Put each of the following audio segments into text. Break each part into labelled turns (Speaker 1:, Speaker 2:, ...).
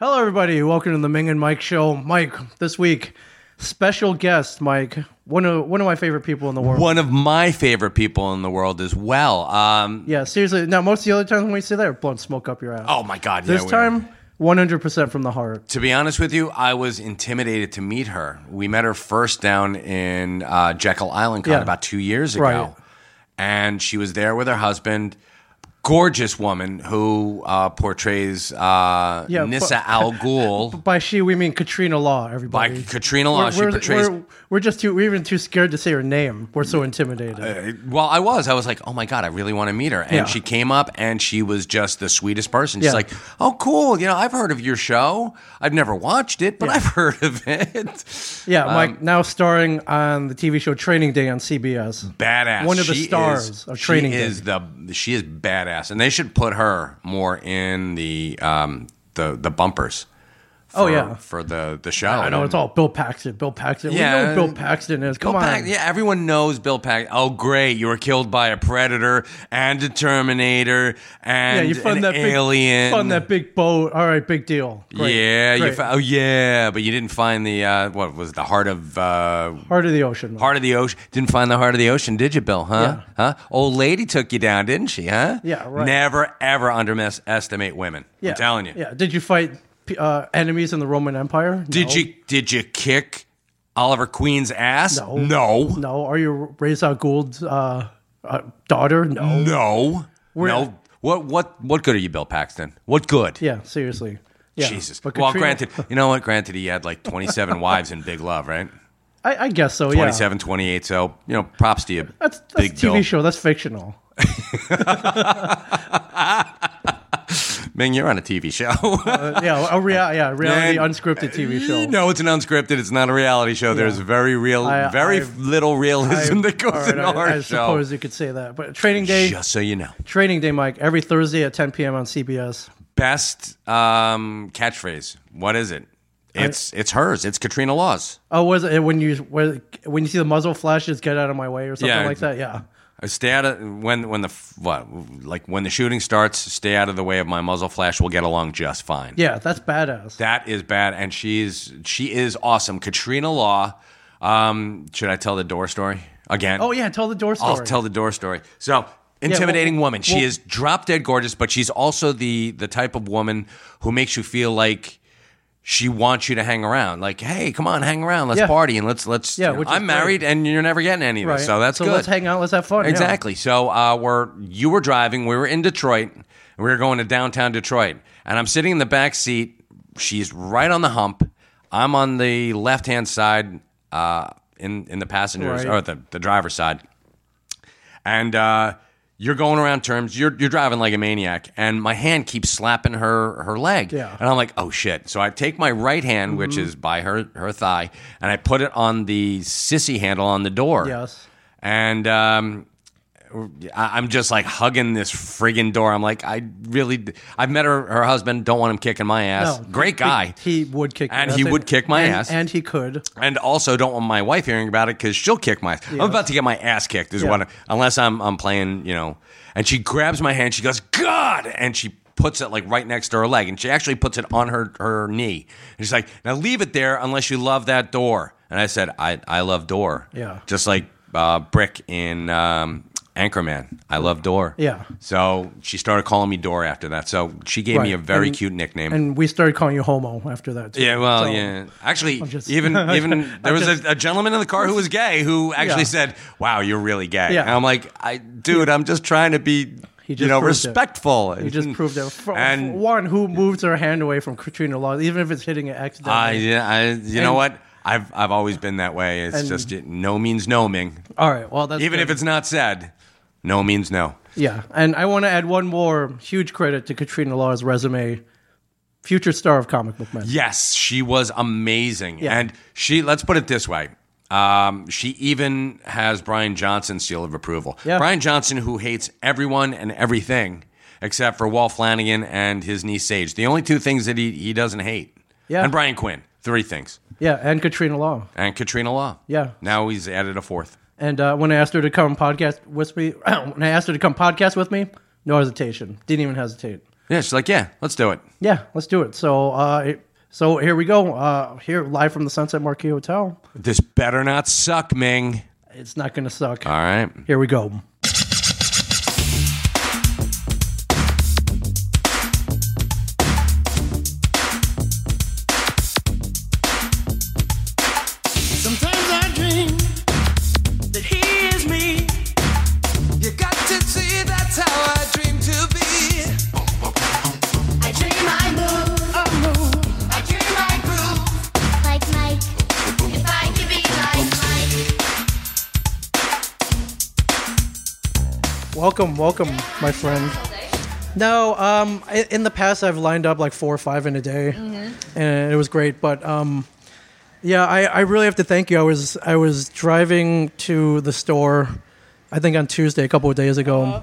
Speaker 1: Hello, everybody. Welcome to the Ming and Mike Show. Mike, this week, special guest, Mike, one of one of my favorite people in the world.
Speaker 2: One of my favorite people in the world as well. Um,
Speaker 1: Yeah, seriously. Now, most of the other times when we sit there, blown smoke up your ass.
Speaker 2: oh my God! yeah,
Speaker 1: this
Speaker 2: we-
Speaker 1: time, one hundred percent from the heart.
Speaker 2: to be honest with you, I was intimidated to meet her. We met her first down in uh, Jekyll Island Con
Speaker 1: Yeah.
Speaker 2: about two years ago,
Speaker 1: Right.
Speaker 2: and she was there with her husband. Gorgeous woman who uh, portrays uh,
Speaker 1: Yeah,
Speaker 2: Nissa
Speaker 1: but-
Speaker 2: Al Ghul
Speaker 1: By she, we mean Katrina Law.
Speaker 2: by
Speaker 1: Everybody.
Speaker 2: Katrina Law. She
Speaker 1: we're,
Speaker 2: portrays.
Speaker 1: we're, we're just too. We're even too scared to say her name. We're so intimidated.
Speaker 2: Well, I was. I was like, oh my God, I really want to meet her. And
Speaker 1: Yeah.
Speaker 2: she came up and she was just the sweetest person. She's
Speaker 1: Yeah.
Speaker 2: like, oh, cool. You know, I've heard of your show. I've never watched it, but I've heard of it.
Speaker 1: yeah, Mike. Now starring on the TV show Training Day on CBS.
Speaker 2: Badass.
Speaker 1: One of the
Speaker 2: She
Speaker 1: stars
Speaker 2: is-
Speaker 1: of Training
Speaker 2: she
Speaker 1: Day.
Speaker 2: Is the, she is badass. And they should put her more in the um, the, the bumpers. For,
Speaker 1: Oh, yeah.
Speaker 2: For the, the show.
Speaker 1: I know it's all Bill Paxton. Bill Paxton.
Speaker 2: Yeah.
Speaker 1: we know who Bill Paxton is. Come
Speaker 2: Bill
Speaker 1: on.
Speaker 2: Paxton. Yeah, everyone knows Bill Paxton. Oh, great! You were killed by a predator and a Terminator and
Speaker 1: Yeah, you
Speaker 2: an
Speaker 1: fund that
Speaker 2: alien.
Speaker 1: big fund that big boat. All right, big deal. Great,
Speaker 2: yeah, you
Speaker 1: great.
Speaker 2: found, oh yeah, but you didn't find the uh, what was the heart of uh,
Speaker 1: heart of the ocean.
Speaker 2: heart of the ocean? Didn't find the heart of the ocean, did you, Bill? Huh?
Speaker 1: Yeah.
Speaker 2: Huh? Old lady took you down, didn't she? Huh?
Speaker 1: Yeah, right.
Speaker 2: Never ever underestimate women.
Speaker 1: yeah.
Speaker 2: I'm telling you.
Speaker 1: Yeah. Did you fight uh, enemies in the Roman Empire?
Speaker 2: Did
Speaker 1: No.
Speaker 2: you did you kick Oliver Queen's ass?
Speaker 1: No.
Speaker 2: No.
Speaker 1: No. Are you Ra's al Ghuld's uh, uh, daughter?
Speaker 2: Mm.
Speaker 1: No.
Speaker 2: No.
Speaker 1: We're-
Speaker 2: no. What what what good are you, Bill Paxton? What good?
Speaker 1: Yeah. Seriously. Yeah.
Speaker 2: Jesus.
Speaker 1: But
Speaker 2: well,
Speaker 1: Katrina-
Speaker 2: granted, you know what? Granted, he had like 27 wives in Big Love, right?
Speaker 1: I, I guess so. Yeah.
Speaker 2: 27, 28. So, you know, props to you.
Speaker 1: That's, that's
Speaker 2: Big
Speaker 1: TV
Speaker 2: Bill.
Speaker 1: show. That's fictional.
Speaker 2: Ming, you're on a TV show.
Speaker 1: Uh, yeah. A rea- yeah. Reality
Speaker 2: And-
Speaker 1: unscripted TV show.
Speaker 2: no, it's an unscripted. It's not a reality show. There's very real,
Speaker 1: I-
Speaker 2: very
Speaker 1: I-
Speaker 2: little realism that goes
Speaker 1: All right,
Speaker 2: in
Speaker 1: I,
Speaker 2: our
Speaker 1: I
Speaker 2: show.
Speaker 1: suppose you could say that. But Training Day,
Speaker 2: Just so you know,
Speaker 1: Training Day, Mike, every Thursday at 10 p.m. on CBS.
Speaker 2: best um, catchphrase. What is it? It's it's hers. It's Katrina Laws.
Speaker 1: Oh, was it when you was- when you see the muzzle flashes, get out of my way or something
Speaker 2: Yeah.
Speaker 1: like that? Yeah,
Speaker 2: I Stay out of when when the f- what like when the shooting starts. Stay out of the way of my muzzle flash. We'll get along just fine.
Speaker 1: yeah, that's badass.
Speaker 2: That is bad, and she's she is awesome. Katrina Law. Um, should I tell the door story again?
Speaker 1: oh yeah, tell the door story.
Speaker 2: I'll tell the door story. So intimidating
Speaker 1: well-
Speaker 2: woman. She
Speaker 1: well-
Speaker 2: is drop dead gorgeous, but she's also the the type of woman who makes you feel like she wants you to hang around. Like, hey, come on, hang around. Let's
Speaker 1: Yeah.
Speaker 2: party and let's let's.
Speaker 1: Yeah,
Speaker 2: you know,
Speaker 1: which is
Speaker 2: I'm married, and you're never getting any of
Speaker 1: Right.
Speaker 2: this, so that's
Speaker 1: so
Speaker 2: good.
Speaker 1: Let's hang out. Let's have fun. yeah.
Speaker 2: Exactly. So uh, we're you were driving. We were in Detroit. We were going to downtown Detroit, and I'm sitting in the back seat. She's right on the hump. I'm on the left hand side, uh, in in the passengers
Speaker 1: Right.
Speaker 2: or the the driver's side, and uh, you're going around turns. You're you're driving like a maniac, and my hand keeps slapping her her leg.
Speaker 1: Yeah. Mm-hmm.
Speaker 2: And I'm like, oh shit. So I take my right hand, which is by her her thigh, and I put it on the sissy handle on the door
Speaker 1: Yes.
Speaker 2: and um, I- I'm just like hugging this friggin' door. I'm like, I really, I've met her, her husband. Don't want him kicking my ass.
Speaker 1: No,
Speaker 2: Great
Speaker 1: he-
Speaker 2: guy.
Speaker 1: He, would kick,
Speaker 2: And
Speaker 1: your
Speaker 2: he
Speaker 1: ass.
Speaker 2: would kick my
Speaker 1: And-
Speaker 2: ass.
Speaker 1: and he could.
Speaker 2: And also, don't want my wife hearing about it because she'll kick my. I'm about to get my ass kicked, is
Speaker 1: Yeah.
Speaker 2: what. I- Unless I'm I'm playing, you know. And she grabs my hand. She goes, God, and she puts it like right next to her leg, and she actually puts it on her her knee. And she's like, Now leave it there unless you love that door. And I said, I I love door.
Speaker 1: Yeah.
Speaker 2: Just like uh, Brick in um, Anchorman, I love door.
Speaker 1: Yeah.
Speaker 2: So she started calling me door after that. So she gave
Speaker 1: Right.
Speaker 2: me a very
Speaker 1: And-
Speaker 2: cute nickname.
Speaker 1: And we started calling you homo after that. Too.
Speaker 2: Yeah, well,
Speaker 1: So-
Speaker 2: yeah. Actually,
Speaker 1: just-
Speaker 2: even even there was
Speaker 1: just-
Speaker 2: a, a gentleman in the car who was gay who actually
Speaker 1: Yeah.
Speaker 2: said, "Wow, you're really gay."
Speaker 1: Yeah.
Speaker 2: And I'm like, "I, dude, I'm just trying to be,
Speaker 1: He just
Speaker 2: you know,
Speaker 1: proved it.
Speaker 2: respectful."
Speaker 1: You just proved it. For,
Speaker 2: And-
Speaker 1: one who moves her hand away from Katrina Law, even if it's hitting it
Speaker 2: I,
Speaker 1: accidentally.
Speaker 2: yeah, I, you know
Speaker 1: And-
Speaker 2: what? I've I've always been that way. It's
Speaker 1: And-
Speaker 2: just it, no means no, Ming.
Speaker 1: All right. Well, that's
Speaker 2: Even
Speaker 1: good.
Speaker 2: if it's not said, no means no.
Speaker 1: Yeah, and I want to add one more huge credit to Katrina Law's resume. Future star of comic book men.
Speaker 2: Yes, she was amazing.
Speaker 1: Yeah.
Speaker 2: And she, let's put it this way. Um, she even has Brian Johnson's seal of approval.
Speaker 1: Yeah.
Speaker 2: Brian Johnson, who hates everyone and everything except for Walt Flanagan and his niece Sage. The only two things that he, he doesn't hate.
Speaker 1: Yeah.
Speaker 2: And Brian Quinn. Three things.
Speaker 1: Yeah, and Katrina Law.
Speaker 2: And Katrina Law.
Speaker 1: Yeah.
Speaker 2: Now he's added a fourth.
Speaker 1: And uh, when I asked her to come podcast with me, when I asked her to come podcast with me, no hesitation. Didn't even hesitate.
Speaker 2: Yeah, she's like, yeah, let's do it.
Speaker 1: Yeah, let's do it. So, uh, it- so here we go. Uh, here, live from the Sunset Marquee Hotel.
Speaker 2: This better not suck, Ming.
Speaker 1: It's not going to suck.
Speaker 2: All right.
Speaker 1: Here we go.
Speaker 3: Sometimes I dream that he is me.
Speaker 4: You got to see that's how I dream to be.
Speaker 5: I dream I move. I move. I dream I groove. Like Mike. If I could be like Mike.
Speaker 1: Welcome, welcome, my friend. No, um, i- in the past I've lined up like four or five in a day, and it was great. But um, yeah, I, I really have to thank you. I was I was driving to the store, I think on Tuesday a couple of days ago,
Speaker 6: Uh-huh.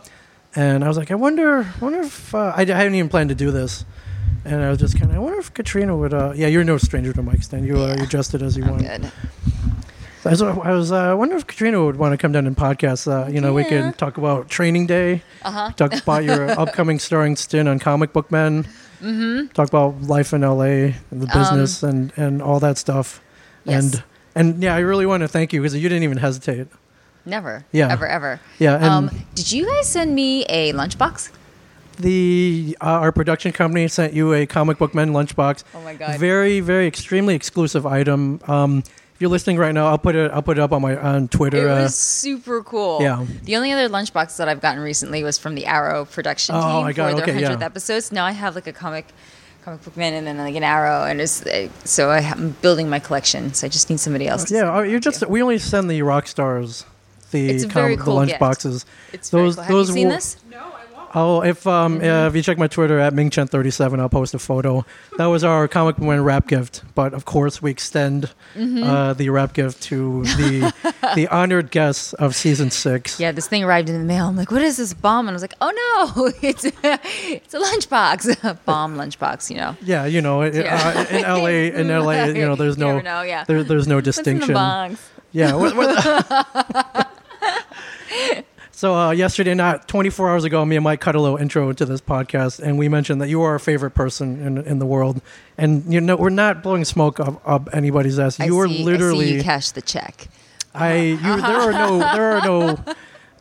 Speaker 1: and I was like, I wonder, wonder if uh, I, I hadn't even planned to do this, and I was just kind of, I wonder if Katrina would. Uh, yeah, you're no stranger to Mike's stand. You uh, you dressed it as you want.
Speaker 6: Good.
Speaker 1: I was, I was uh, wondering if Katrina would want to come down and podcast. Uh, you know, we can talk about Training Day,
Speaker 6: Uh-huh.
Speaker 1: talk about your upcoming starring stint on Comic Book Men,
Speaker 6: Mm-hmm.
Speaker 1: talk about life in LA, and the business, and, and all that stuff.
Speaker 6: Um, Yes.
Speaker 1: And and yeah, I really want to thank you because you didn't even hesitate.
Speaker 6: Never.
Speaker 1: Yeah.
Speaker 6: Ever, ever.
Speaker 1: Yeah, and-
Speaker 6: um, did you guys send me a lunchbox?
Speaker 1: The uh, our production company sent you a Comic Book Men lunchbox.
Speaker 6: Oh my God.
Speaker 1: Very very extremely exclusive item. Um, if you're listening right now, I'll put it I'll put it up on my on Twitter.
Speaker 6: It
Speaker 1: uh,
Speaker 6: was super cool.
Speaker 1: yeah.
Speaker 6: The only other lunchbox that I've gotten recently was from the Arrow production
Speaker 1: Oh,
Speaker 6: team
Speaker 1: I got-
Speaker 6: for their
Speaker 1: okay, yeah.
Speaker 6: 100th episodes. Now I have like a comic comic book man and then like an arrow and it's uh, so I ha- I'm building my collection. So I just need somebody else. to
Speaker 1: Yeah,
Speaker 6: send
Speaker 1: uh,
Speaker 6: it
Speaker 1: you're
Speaker 6: to.
Speaker 1: just we only send the rock stars the
Speaker 6: It's a very
Speaker 1: the
Speaker 6: cool
Speaker 1: lunch
Speaker 6: gift.
Speaker 1: boxes.
Speaker 6: It's those, Have you seen
Speaker 1: will-
Speaker 6: this? Mm-hmm.
Speaker 1: Oh, if um uh, if you check my Twitter at mingchen37, I'll post a photo. That was our comic book man wrap gift, but of course we extend
Speaker 6: Mm-hmm.
Speaker 1: uh, the wrap gift to the the honored guests of season six.
Speaker 6: Yeah, this thing arrived in the mail. I'm like, what is this bomb? And I was like, oh no, it's a, it's a lunchbox, bomb lunchbox, you know.
Speaker 1: Yeah, you know, it,
Speaker 6: Yeah.
Speaker 1: Uh, in LA, in LA, you know, there's
Speaker 6: You
Speaker 1: no,
Speaker 6: never know, yeah.
Speaker 1: there, there's no
Speaker 6: What's in the
Speaker 1: distinction.
Speaker 6: box?
Speaker 1: Yeah. what- what- so uh, yesterday, not 24 hours ago, me and Mike cut a little intro to this podcast, and we mentioned that you are our favorite person in, in the world, and you know we're not blowing smoke up, up anybody's ass.
Speaker 6: I
Speaker 1: You are
Speaker 6: see- I see
Speaker 1: literally,
Speaker 6: you cash the check.
Speaker 1: I, you, there are no,
Speaker 6: Uh-huh.
Speaker 1: there are no,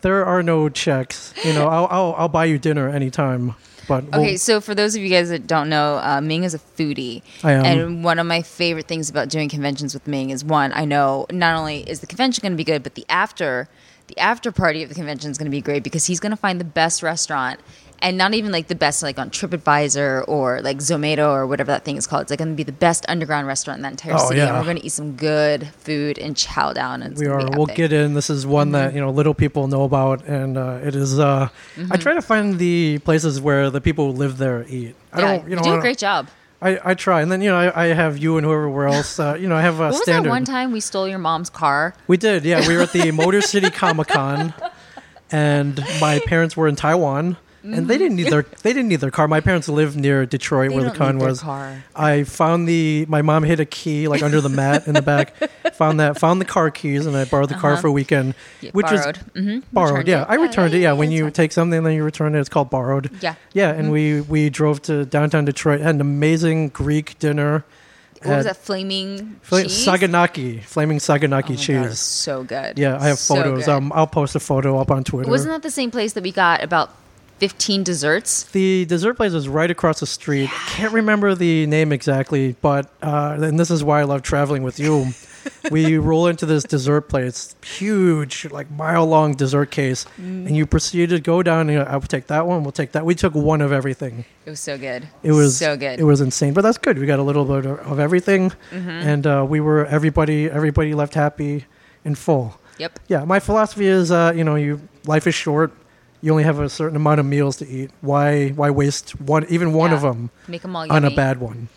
Speaker 1: there are no checks. You know, I'll, I'll, I'll buy you dinner anytime, but we'll-
Speaker 6: Okay, so for those of you guys that don't know, uh, Ming is a foodie.
Speaker 1: I am.
Speaker 6: And one of my favorite things about doing conventions with Ming is one, I know not only is the convention going to be good, but the after the after party of the convention is going to be great because he's going to find the best restaurant and not even like the best like on TripAdvisor or like Zomato or whatever that thing is called. It's like going to be the best underground restaurant in that entire
Speaker 1: Oh,
Speaker 6: city. And
Speaker 1: yeah.
Speaker 6: we're going to eat some good food and chow down. And it's
Speaker 1: we
Speaker 6: gonna
Speaker 1: are.
Speaker 6: be
Speaker 1: We'll
Speaker 6: epic. Mm-hmm.
Speaker 1: get in. This is one that you know little people know about, and uh, it is. Uh, I try to find the places where the people who live there eat. I
Speaker 6: Yeah,
Speaker 1: don't. You know,
Speaker 6: do
Speaker 1: I
Speaker 6: a
Speaker 1: don't-
Speaker 6: great job.
Speaker 1: I, I try, and then you know I, I have you and whoever else. Uh, you know I have a
Speaker 6: What was
Speaker 1: standard.
Speaker 6: that one time we stole your mom's car?
Speaker 1: We did. Yeah, we were at the Motor City Comic Con, and my parents were in Taiwan. And they didn't need their they didn't need their car. My parents live near Detroit, where the
Speaker 6: don't
Speaker 1: con
Speaker 6: need their
Speaker 1: was.
Speaker 6: car.
Speaker 1: I found the my mom hid a key like under the mat in the back. Found that found the car keys, and I borrowed the car for a weekend, which
Speaker 6: Uh-huh. borrowed. Mm-hmm.
Speaker 1: is borrowed.
Speaker 6: Returned
Speaker 1: Yeah,
Speaker 6: it.
Speaker 1: I
Speaker 6: Yeah,
Speaker 1: returned it.
Speaker 6: yeah,
Speaker 1: Yeah,
Speaker 6: yeah,
Speaker 1: when
Speaker 6: it's
Speaker 1: you
Speaker 6: fine.
Speaker 1: take something and then you return it, it's called borrowed.
Speaker 6: Yeah. Mm-hmm.
Speaker 1: yeah. And we we drove to downtown Detroit, had an amazing Greek dinner.
Speaker 6: What was
Speaker 1: Had-
Speaker 6: that? Flaming
Speaker 1: Fla-
Speaker 6: cheese?
Speaker 1: Saganaki, flaming Saganaki
Speaker 6: Oh my God,
Speaker 1: cheese.
Speaker 6: so good.
Speaker 1: Yeah, I have
Speaker 6: So
Speaker 1: photos.
Speaker 6: good.
Speaker 1: um, I'll post a photo up on Twitter.
Speaker 6: Wasn't that the same place that we got about 15 desserts?
Speaker 1: the dessert place is right across the street. Can't remember the name exactly, but uh, and this is why I love traveling with you. we roll into this dessert place, huge, like mile long dessert case,
Speaker 6: Mm.
Speaker 1: and you proceed to go down. And you know, I'll take that one. We'll take that. We took one of everything.
Speaker 6: It was so good.
Speaker 1: It was
Speaker 6: so good. Mm-hmm.
Speaker 1: It was insane, but that's good. We got a little bit of, of everything, and uh, we were everybody. Everybody left happy and full.
Speaker 6: Yep.
Speaker 1: Yeah, my philosophy is, uh, you know, you life is short. You only have a certain amount of meals to eat. Why, why waste one, even one
Speaker 6: Yeah.
Speaker 1: of them,
Speaker 6: Make 'em all
Speaker 1: on a
Speaker 6: yummy.
Speaker 1: bad one?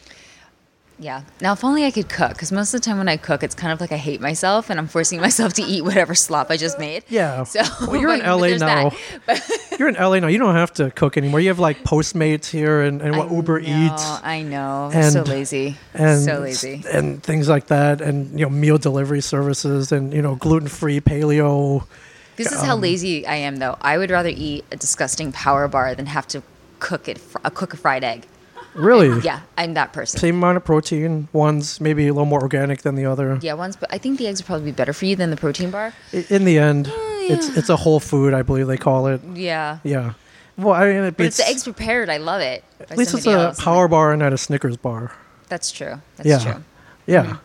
Speaker 6: Yeah. Now, if only I could cook, because most of the time when I cook, it's kind of like I hate myself and I'm forcing myself to eat whatever slop I just made.
Speaker 1: Yeah.
Speaker 6: So
Speaker 1: well, you're in
Speaker 6: but- but
Speaker 1: LA
Speaker 6: there's
Speaker 1: now.
Speaker 6: that.
Speaker 1: you're in LA now. You don't have to cook anymore. You have like Postmates here and, and what Uber
Speaker 6: No,
Speaker 1: Eats
Speaker 6: I know.
Speaker 1: and-
Speaker 6: so lazy.
Speaker 1: and
Speaker 6: so lazy.
Speaker 1: and things like that, and you know meal delivery services and you know gluten free paleo. um,
Speaker 6: This is how lazy I am, though. I would rather eat a disgusting power bar than have to cook it, fr- I'll cook a fried egg.
Speaker 1: Really?
Speaker 6: Yeah, I'm that person.
Speaker 1: Same amount of protein. One's maybe a little more organic than the other.
Speaker 6: Yeah, once, but I think the eggs would probably be better for you than the protein bar.
Speaker 1: I- In the end, it's
Speaker 6: Mm.
Speaker 1: it's a whole food, I believe they call it.
Speaker 6: Yeah.
Speaker 1: Yeah. Well, I mean, it
Speaker 6: But if
Speaker 1: beats,
Speaker 6: the eggs prepared, I love it. by
Speaker 1: at least it's
Speaker 6: somebody
Speaker 1: a
Speaker 6: else.
Speaker 1: power bar and not a Snickers bar.
Speaker 6: That's true. That's
Speaker 1: Yeah.
Speaker 6: true.
Speaker 1: Yeah.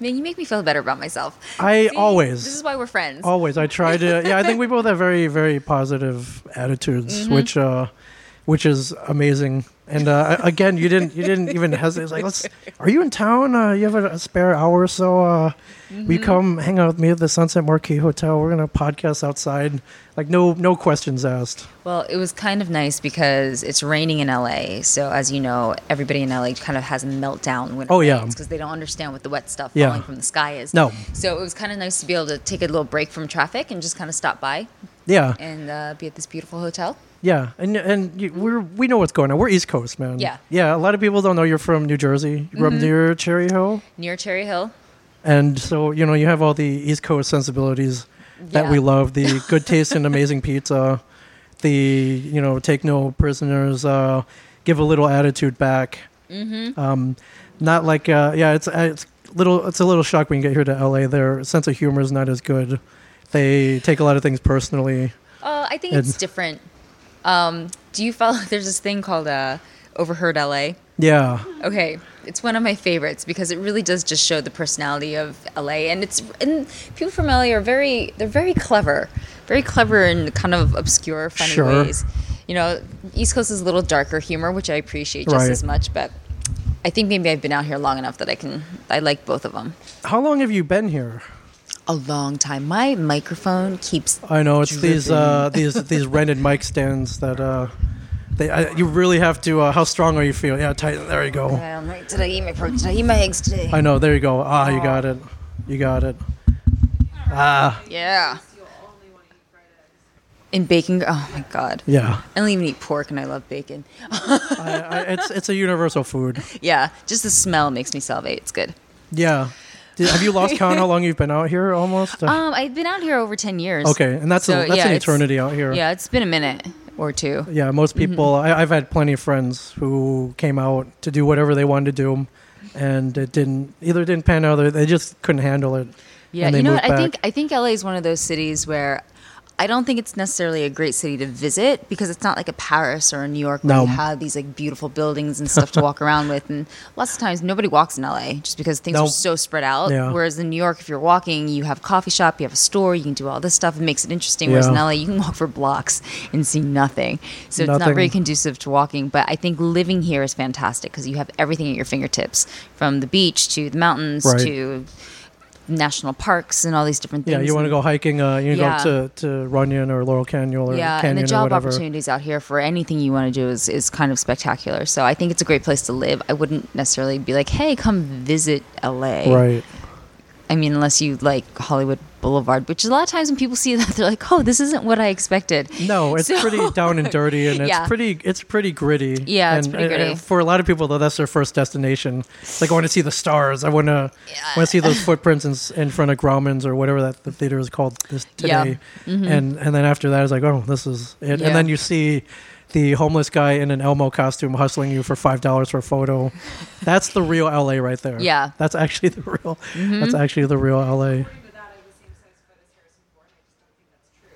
Speaker 6: Man, you make me feel better about myself.
Speaker 1: I
Speaker 6: See,
Speaker 1: always.
Speaker 6: This is why we're friends.
Speaker 1: Always, I try to. Yeah, I think we both have very, very positive attitudes,
Speaker 6: Mm-hmm.
Speaker 1: which, uh, which is amazing. And uh, I- again, you didn't, you didn't even hesitate. It's like, let's. Are you in town? Uh, you have a, a spare hour or so? Uh, will
Speaker 6: Mm-hmm.
Speaker 1: you come hang out with me at the Sunset Marquee Hotel? We're gonna podcast outside. Like, no, no questions asked.
Speaker 6: Well, it was kind of nice because it's raining in LA. So, as you know, everybody in LA kind of has a meltdown when
Speaker 1: Oh,
Speaker 6: it
Speaker 1: yeah.
Speaker 6: because they don't understand what the wet stuff
Speaker 1: Yeah.
Speaker 6: falling from the sky is.
Speaker 1: No.
Speaker 6: So it was kind of nice to be able to take a little break from traffic and just kind of stop by
Speaker 1: Yeah,
Speaker 6: and uh, be at this beautiful hotel.
Speaker 1: yeah, and and you, we're we know what's going on. We're East Coast, man.
Speaker 6: Yeah. Mm-hmm.
Speaker 1: yeah. A lot of people don't know you're from New Jersey. You grew up near Cherry Hill.
Speaker 6: near Cherry Hill.
Speaker 1: And so, you know, you have all the East Coast sensibilities that
Speaker 6: Yeah.
Speaker 1: we love the good taste and amazing pizza, the, you know, take no prisoners, uh, give a little attitude back. Mm-hmm. Um, not like, uh, yeah, it's, uh, it's, little, it's a little shock when you get here to LA. Their sense of humor is not as good. They take a lot of things personally.
Speaker 6: Uh, I think
Speaker 1: And-
Speaker 6: it's different. Um, do you follow? There's this thing called uh, Overheard LA.
Speaker 1: Yeah.
Speaker 6: Okay, it's one of my favorites because it really does just show the personality of LA, and it's and people from LA are very they're very clever, very clever in kind of obscure, funny
Speaker 1: Sure.
Speaker 6: ways. You know, East Coast is a little darker humor, which I appreciate just
Speaker 1: Right.
Speaker 6: as much, but. I think maybe I've been out here long enough that I can I like both of them.
Speaker 1: How long have you been here?
Speaker 6: A long time. My microphone keeps
Speaker 1: I know it's these uh, these these rented mic stands that uh, they I, you really have to. Uh, how strong are you feeling? Yeah, tight. There you go.
Speaker 6: Um, like, did I eat my protein? Did I eat my eggs today?
Speaker 1: I know. There you go. Ah, you got it. You got it.
Speaker 6: Yeah. In bacon, oh my god!
Speaker 1: Yeah.
Speaker 6: I don't even eat pork, and I love bacon.
Speaker 1: I, I, it's it's a universal food.
Speaker 6: Yeah, just the smell makes me salivate. It's good.
Speaker 1: Yeah. Did, have you lost count how long you've been out here? Almost. Uh,
Speaker 6: Um, I've been out here over ten years.
Speaker 1: okay, and that's
Speaker 6: so,
Speaker 1: a, that's
Speaker 6: yeah,
Speaker 1: an
Speaker 6: it's-
Speaker 1: eternity out here.
Speaker 6: Yeah, it's been a minute or two.
Speaker 1: Yeah, most
Speaker 6: mm-hmm.
Speaker 1: people. I, I've had plenty of friends who came out to do whatever they wanted to do, and it didn't either didn't pan out. Or they just couldn't handle it.
Speaker 6: Yeah,
Speaker 1: and they
Speaker 6: you know
Speaker 1: moved
Speaker 6: what? I
Speaker 1: back.
Speaker 6: think I think LA is one of those cities where I don't think it's necessarily a great city to visit because it's not like a Paris or a New York where
Speaker 1: No.
Speaker 6: you have these like beautiful buildings and stuff to walk around with. And lots of times nobody walks in LA just because things
Speaker 1: No.
Speaker 6: are so spread out.
Speaker 1: Yeah.
Speaker 6: Whereas in New York, if you're walking, you have a coffee shop, you have a store, you can do all this stuff. It makes it interesting. Whereas in
Speaker 1: Yeah.
Speaker 6: LA, you can walk for blocks and see nothing. So it's
Speaker 1: Nothing.
Speaker 6: not very conducive to walking. But I think living here is fantastic because you have everything at your fingertips from the beach to the mountains
Speaker 1: Right.
Speaker 6: to national parks and all these different things.
Speaker 1: Yeah, you want to go
Speaker 6: and-
Speaker 1: hiking. Uh, you
Speaker 6: Yeah.
Speaker 1: go to, to Runyon or Laurel Canyon or
Speaker 6: Yeah,
Speaker 1: Canyon
Speaker 6: and the
Speaker 1: or
Speaker 6: job
Speaker 1: whatever.
Speaker 6: opportunities out here for anything you want to do is, is kind of spectacular. So I think it's a great place to live. I wouldn't necessarily be like, hey, come visit LA.
Speaker 1: Right.
Speaker 6: I mean, unless you like Hollywood Boulevard, which a lot of times when people see that, they're like, oh, this isn't what I expected.
Speaker 1: No, it's
Speaker 6: So-
Speaker 1: pretty down and dirty, and it's
Speaker 6: Yeah.
Speaker 1: pretty it's pretty gritty.
Speaker 6: Yeah,
Speaker 1: and,
Speaker 6: it's pretty
Speaker 1: and- and
Speaker 6: gritty.
Speaker 1: for a lot of people, though, that's their first destination. It's like I want to see the stars. I want to want to see those footprints in, s- in front of Grauman's or whatever that the theater is called this
Speaker 6: Yeah. Mm-hmm.
Speaker 1: today. And and then after that, it's like oh, this is it.
Speaker 6: Yeah.
Speaker 1: And then you see the homeless guy in an Elmo costume hustling you for five dollars for a photo. That's the real LA right there.
Speaker 6: Yeah. Mm-hmm.
Speaker 1: that's actually the real. That's actually the real LA.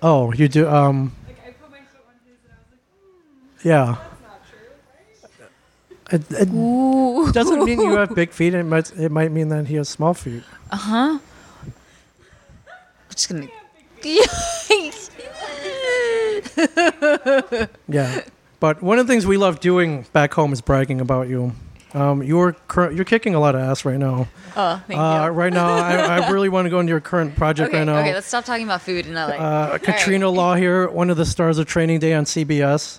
Speaker 1: Oh, you do. Um, yeah. It, it doesn't mean you have big feet. It might it might mean that he has small feet.
Speaker 6: I'm just going to.
Speaker 1: Yeah. But one of the things we love doing back home is bragging about you. Um, you're cur- you're kicking a lot of ass right now.
Speaker 6: Oh, thank
Speaker 1: Uh,
Speaker 6: you.
Speaker 1: right now, I, I really want to go into your current project
Speaker 6: Okay,
Speaker 1: right now.
Speaker 6: okay, let's stop talking about food in LA.
Speaker 1: uh, Katrina Law here, one of the stars of Training Day on CBS.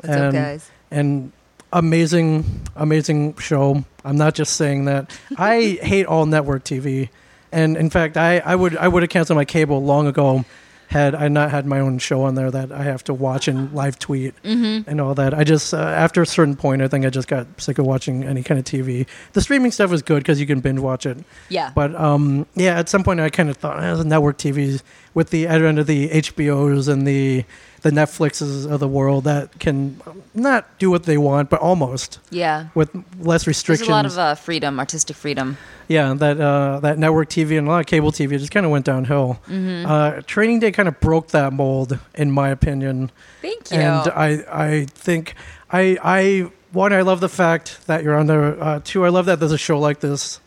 Speaker 6: What's up, guys?
Speaker 1: And amazing, amazing show. I'm not just saying that. I hate all network TV, and in fact, I, I would I would have canceled my cable long ago had I not had my own show on there that I have to watch and live tweet
Speaker 6: Mm-hmm.
Speaker 1: and all that. I just uh, after a certain point, I think I just got sick of watching any kind of TV. The streaming stuff is good because you can binge watch it.
Speaker 6: Yeah.
Speaker 1: But um, yeah, at some point I kind of thought eh, network TVs with the advent of the HBOs and the the Netflixes of the world that can um, not do what they want, but almost
Speaker 6: Yeah.
Speaker 1: with less
Speaker 6: There's
Speaker 1: restrictions.
Speaker 6: a lot of uh, freedom, artistic freedom.
Speaker 1: yeah, that uh, that network TV and a lot of cable TV just kind of went downhill.
Speaker 6: Mm-hmm.
Speaker 1: Uh, Training Day kind of broke that mold, in my opinion.
Speaker 6: Thank you.
Speaker 1: And I, I think I, I one, I love the fact that you're on there. Uh, two, I love that there's a show like this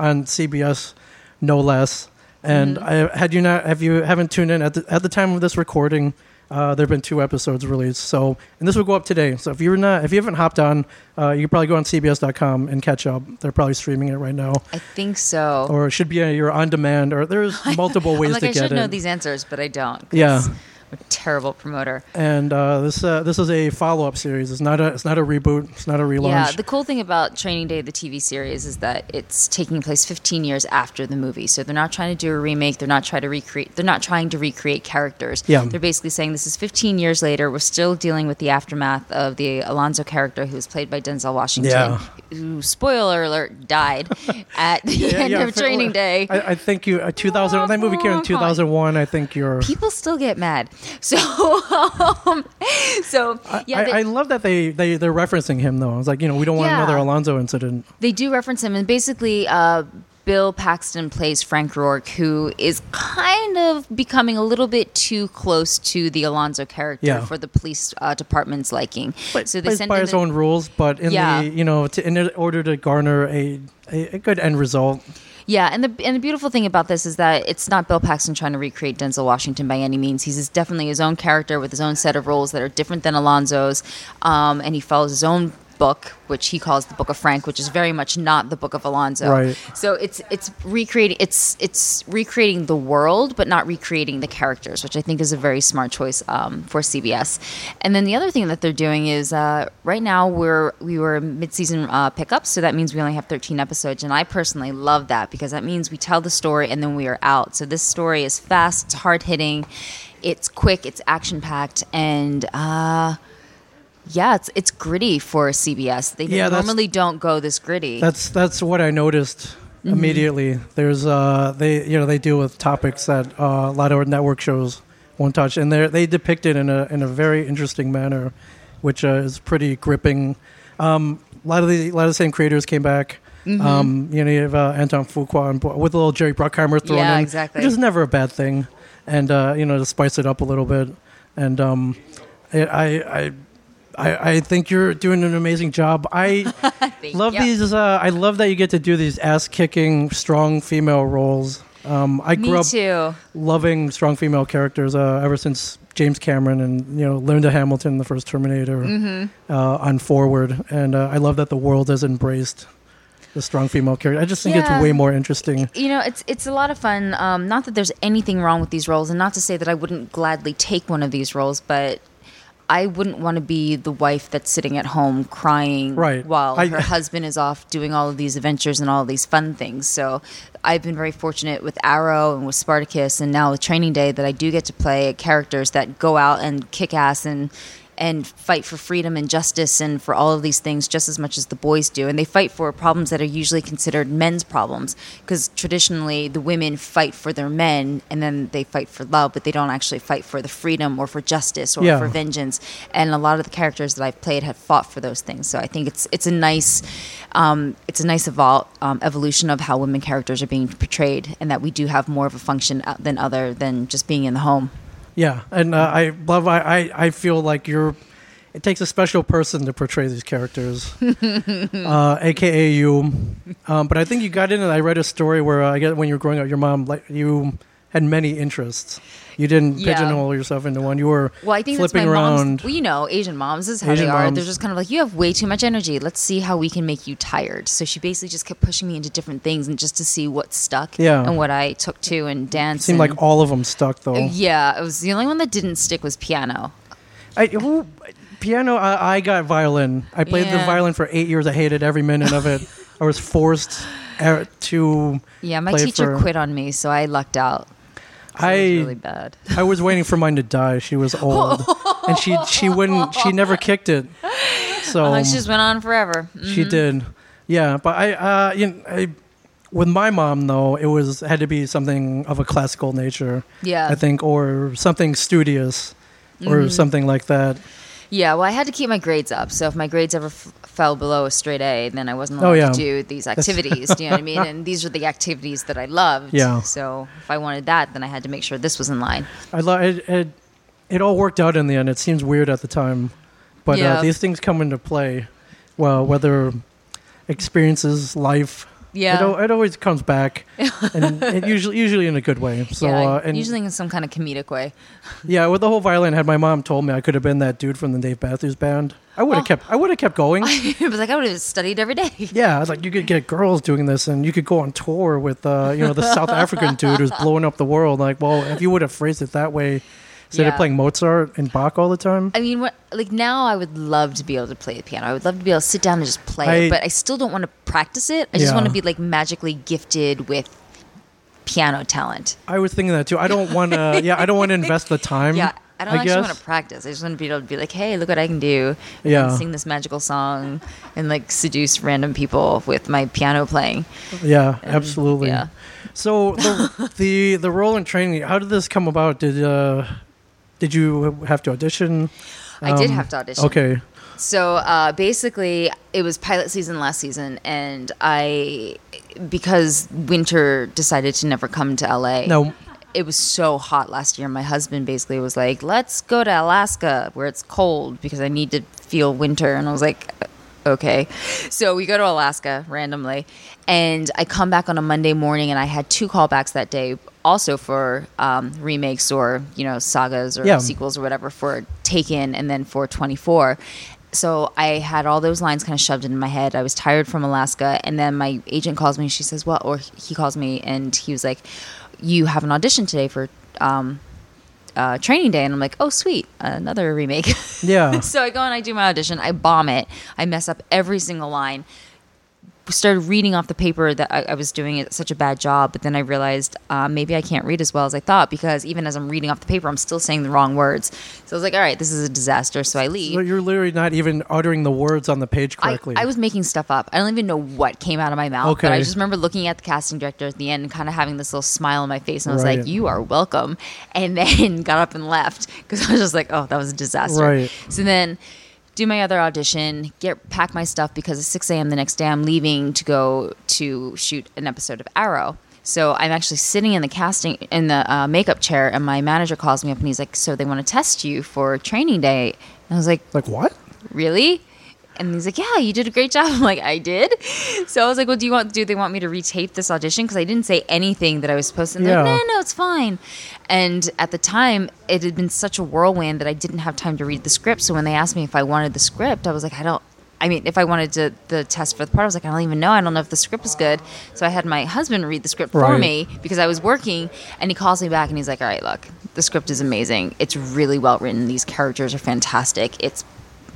Speaker 1: on CBS, no less. And
Speaker 6: Mm-hmm.
Speaker 1: I had you not, have you haven't tuned in at the at the time of this recording. Uh, there have been two episodes released, so and this will go up today. So if you're not, if you haven't hopped on, uh, you can probably go on CBS.com and catch up. They're probably streaming it right now,
Speaker 6: I think so.
Speaker 1: or it should be uh, you're on demand. Or there's multiple ways
Speaker 6: I'm like,
Speaker 1: to
Speaker 6: I
Speaker 1: get
Speaker 6: should
Speaker 1: it.
Speaker 6: know these answers, but I don't. 'cause
Speaker 1: Yeah.
Speaker 6: I'm a terrible promoter.
Speaker 1: and uh, this uh, this is a follow up series. It's not a it's not a reboot. It's not a relaunch.
Speaker 6: Yeah, the cool thing about Training Day, the TV series, is that it's taking place 15 years after the movie. So they're not trying to do a remake. They're not trying to recreate. They're not trying to recreate characters.
Speaker 1: Yeah.
Speaker 6: They're basically saying this is 15 years later. We're still dealing with the aftermath of the Alonzo character, who was played by Denzel Washington.
Speaker 1: Yeah.
Speaker 6: Who, spoiler alert, died at the end
Speaker 1: yeah,
Speaker 6: of
Speaker 1: for-
Speaker 6: Training Day.
Speaker 1: I, I think you uh, 2000. That movie came in 2001. I think you're.
Speaker 6: People still get mad. So, um, so yeah.
Speaker 1: I,
Speaker 6: they-
Speaker 1: I love that they they they're referencing him though. I was like, you know, we don't want
Speaker 6: Yeah.
Speaker 1: another Alonzo incident.
Speaker 6: they do reference him, and basically, uh, Bill Paxton plays Frank Rourke, who is kind of becoming a little bit too close to the Alonzo character
Speaker 1: Yeah.
Speaker 6: for the police uh, department's liking. so they
Speaker 1: Plays
Speaker 6: send
Speaker 1: by
Speaker 6: him
Speaker 1: his
Speaker 6: in-
Speaker 1: own rules, but in
Speaker 6: Yeah.
Speaker 1: the you know, to, in order to garner a, a a good end result.
Speaker 6: Yeah, and the and the beautiful thing about this is that it's not Bill Paxton trying to recreate Denzel Washington by any means. He's just definitely his own character with his own set of rules that are different than Alonzo's, um, and he follows his own book, which he calls the Book of Frank, which is very much not the Book of Alonzo.
Speaker 1: Right.
Speaker 6: So it's it's recreating it's it's recreating the world, but not recreating the characters, which I think is a very smart choice um, for CBS. And then the other thing that they're doing is uh, right now we're we were mid season uh, pickups, so that means we only have thirteen episodes, and I personally love that because that means we tell the story and then we are out. So this story is fast, it's hard hitting, it's quick, it's action packed, and. Uh, yeah, it's it's gritty for CBS. They
Speaker 1: Yeah, that's-
Speaker 6: normally don't go this gritty.
Speaker 1: That's that's what I noticed
Speaker 6: Mm-hmm.
Speaker 1: immediately. There's uh they you know they deal with topics that uh, a lot of network shows won't touch, and they they depict it in a in a very interesting manner, which uh, is pretty gripping. Um, a lot of the a lot of the same creators came back.
Speaker 6: Mm-hmm.
Speaker 1: Um, you know, you have uh, Anton Fuqua and, with a little Jerry Bruckheimer thrown
Speaker 6: Yeah,
Speaker 1: in,
Speaker 6: exactly.
Speaker 1: which is never a bad thing, and uh, you know to spice it up a little bit, and um, I. I, I I, I think you're doing an amazing job. I love
Speaker 6: you.
Speaker 1: these. Uh, I love that you get to do these ass kicking, strong female roles. Um, I grew
Speaker 6: Me
Speaker 1: up
Speaker 6: too.
Speaker 1: loving strong female characters uh, ever since James Cameron and you know Linda Hamilton, the first Terminator,
Speaker 6: Mm-hmm.
Speaker 1: uh, on forward. And uh, I love that the world has embraced the strong female character. I just think
Speaker 6: Yeah.
Speaker 1: it's way more interesting.
Speaker 6: you know, it's it's a lot of fun. Um, not that there's anything wrong with these roles, and not to say that I wouldn't gladly take one of these roles, but I wouldn't want to be the wife that's sitting at home crying
Speaker 1: Right.
Speaker 6: while
Speaker 1: I-
Speaker 6: her husband is off doing all of these adventures and all of these fun things. So I've been very fortunate with Arrow and with Spartacus, and now with Training Day that I do get to play characters that go out and kick ass and. And fight for freedom and justice and for all of these things just as much as the boys do. And they fight for problems that are usually considered men's problems because traditionally the women fight for their men and then they fight for love, but they don't actually fight for the freedom or for justice or
Speaker 1: Yeah.
Speaker 6: for vengeance. And a lot of the characters that I've played have fought for those things. So I think it's it's a nice um, it's a nice evol- um, evolution of how women characters are being portrayed, and that we do have more of a function o- than other than just being in the home.
Speaker 1: Yeah, and uh, I love. I, I I feel like you're. It takes a special person to portray these characters, uh, aka you. Um, but I think you got into. I read a story where uh, I guess when you were growing up, your mom like you had many interests. You didn't
Speaker 6: Yeah.
Speaker 1: pigeonhole yourself into one. You were
Speaker 6: Well, I think
Speaker 1: flipping
Speaker 6: that's my
Speaker 1: around.
Speaker 6: mom's. Well, you know, Asian moms is how
Speaker 1: Asian
Speaker 6: they are.
Speaker 1: moms.
Speaker 6: They're just kind of like, you have way too much energy. Let's see how we can make you tired. So she basically just kept pushing me into different things and just to see what stuck
Speaker 1: Yeah.
Speaker 6: and what I took to and dance.
Speaker 1: Seemed
Speaker 6: and-
Speaker 1: like all of them stuck
Speaker 6: Uh,
Speaker 1: though.
Speaker 6: yeah, it was the only one that didn't stick was piano.
Speaker 1: I, who, piano. I, I got violin. I played the
Speaker 6: Yeah.
Speaker 1: violin for eight years. I hated every minute of it. I was forced uh, to.
Speaker 6: Yeah, my
Speaker 1: play
Speaker 6: teacher
Speaker 1: for-
Speaker 6: quit on me, so I lucked out.
Speaker 1: I
Speaker 6: It was really bad.
Speaker 1: I was waiting for mine to die. She was old, and she she wouldn't. She never kicked it. So
Speaker 6: It Uh, Oh, just went on forever. Mm.
Speaker 1: she did. Yeah, but I uh you know, I with my mom though it was had to be something of a classical nature.
Speaker 6: Yeah. Mm-hmm.
Speaker 1: I think or something studious. or something like that.
Speaker 6: Yeah, well, I had to keep my grades up. So if my grades ever f- fell below a straight A, then I wasn't
Speaker 1: Oh,
Speaker 6: allowed
Speaker 1: yeah.
Speaker 6: to do these activities. do you know what I mean? And these were the activities that I loved.
Speaker 1: Yeah.
Speaker 6: So if I wanted that, then I had to make sure this was in line.
Speaker 1: I lo- it, it it all worked out in the end. It seems weird at the time, but
Speaker 6: Yeah.
Speaker 1: uh, these things come into play. Well, whether experiences, life,
Speaker 6: Yeah.
Speaker 1: it, al- it always comes back, and it usually usually in a good way. So
Speaker 6: yeah,
Speaker 1: uh, and
Speaker 6: usually in some kind of comedic way.
Speaker 1: yeah, with the whole violin head, my mom told me I could have been that dude from the Dave Matthews Band. I
Speaker 6: Oh.
Speaker 1: would have kept I would have kept going.
Speaker 6: it was like I would have studied every day.
Speaker 1: Yeah, I was like, you could get girls doing this, and you could go on tour with, uh, you know, the South African dude who's blowing up the world. Like, well, if you would have phrased it that way, instead
Speaker 6: Yeah.
Speaker 1: of playing Mozart and Bach all the time,
Speaker 6: I mean, what, like now I would love to be able to play the piano. I would love to be able to sit down and just play it,
Speaker 1: I-
Speaker 6: but I still don't want to practice it. I just
Speaker 1: Yeah.
Speaker 6: want to be like magically gifted with piano talent.
Speaker 1: I was thinking that too. I don't want to. Yeah, I don't want to invest the time.
Speaker 6: Yeah, I don't actually
Speaker 1: guess.
Speaker 6: want to practice. I just want to be able to be like, hey, look what I can do. and
Speaker 1: Yeah.
Speaker 6: sing this magical song and like seduce random people with my piano playing.
Speaker 1: yeah, absolutely.
Speaker 6: yeah.
Speaker 1: So the, the the role in training. How did this come about? Did uh, did you have to audition?
Speaker 6: I did
Speaker 1: Um,
Speaker 6: have to audition.
Speaker 1: Okay.
Speaker 6: So uh, basically, it was pilot season last season, and I, because winter decided to never come to LA.
Speaker 1: No.
Speaker 6: It was so hot last year. My husband basically was like, let's go to Alaska where it's cold because I need to feel winter. And I was like, okay. So we go to Alaska randomly, and I come back on a Monday morning, and I had two callbacks that day. Also for um, remakes or you know sagas or
Speaker 1: Yeah.
Speaker 6: sequels sequels or whatever for Taken and then for 24. So I had all those lines kind of shoved in my head. I was tired from Alaska, and then my agent calls me. She says, "Well," or he calls me, and he was like, "You have an audition today for um, uh, Training Day," and I'm like, "Oh, sweet, another remake."
Speaker 1: Yeah.
Speaker 6: so I go and I do my audition. I bomb it. I mess up every single line. Started reading off the paper that I, I was doing it such a bad job, but then I realized uh, maybe I can't read as well as I thought because even as I'm reading off the paper, I'm still saying the wrong words. So I was like, all right, this is a disaster. So I leave.
Speaker 1: So you're literally not even uttering the words on the page
Speaker 6: I,
Speaker 1: correctly.
Speaker 6: I was making stuff up. I don't even know what came out of my mouth, but I
Speaker 1: Okay.
Speaker 6: just remember looking at the casting director at the end and kind of having this little smile on my face. And I was
Speaker 1: Right.
Speaker 6: like, you are welcome. And then got up and left because I was just like, oh, that was a disaster.
Speaker 1: Right.
Speaker 6: So then do my other audition, get pack my stuff because at 6 a.m. the next day I'm leaving to go to shoot an episode of Arrow. So I'm actually sitting in the casting in the uh, makeup chair, and my manager calls me up and he's like, "So they want to test you for training day." And I was like,
Speaker 1: like what?
Speaker 6: really? And he's like, yeah, you did a great job. I'm like, I did. So I was like, well, do you want? Do they want me to retape this audition? Because I didn't say anything that I was supposed to. And they're
Speaker 1: Yeah.
Speaker 6: like, no, no, it's fine. And at the time, it had been such a whirlwind that I didn't have time to read the script. So when they asked me if I wanted the script, I was like, I don't. I mean, if I wanted to the test for the part, I was like, I don't even know. I don't know if the script is good. So I had my husband read the script for
Speaker 1: Right.
Speaker 6: me because I was working and he calls me back and he's like, All right, look, the script is amazing. It's really well written. These characters are fantastic. It's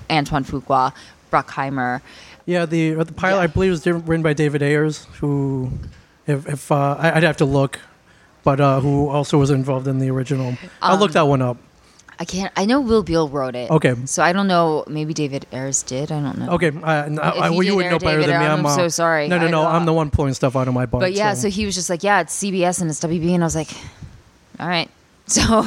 Speaker 6: Antoine Fuqua, Bruckheimer.
Speaker 1: Yeah, the uh, the pilot
Speaker 6: Yeah.
Speaker 1: I believe was di- written by David Ayers, who, if, if uh, I, I'd have to look, but uh, who also was involved in the original. I'll
Speaker 6: Um,
Speaker 1: look that one up.
Speaker 6: I can't, I know Will Beal wrote it.
Speaker 1: Okay.
Speaker 6: So I don't know. Maybe David Ayers did. I don't know.
Speaker 1: Okay, I, I, I,
Speaker 6: you
Speaker 1: well, you
Speaker 6: did
Speaker 1: would
Speaker 6: air
Speaker 1: know better
Speaker 6: David
Speaker 1: than me.
Speaker 6: Ayers,
Speaker 1: I'm,
Speaker 6: I'm
Speaker 1: uh,
Speaker 6: so sorry.
Speaker 1: No, no,
Speaker 6: I
Speaker 1: no.
Speaker 6: know.
Speaker 1: I'm the one pulling stuff out of my butt.
Speaker 6: But yeah, so he was just like, yeah, it's CBS and it's WB, and I was like, all right. So,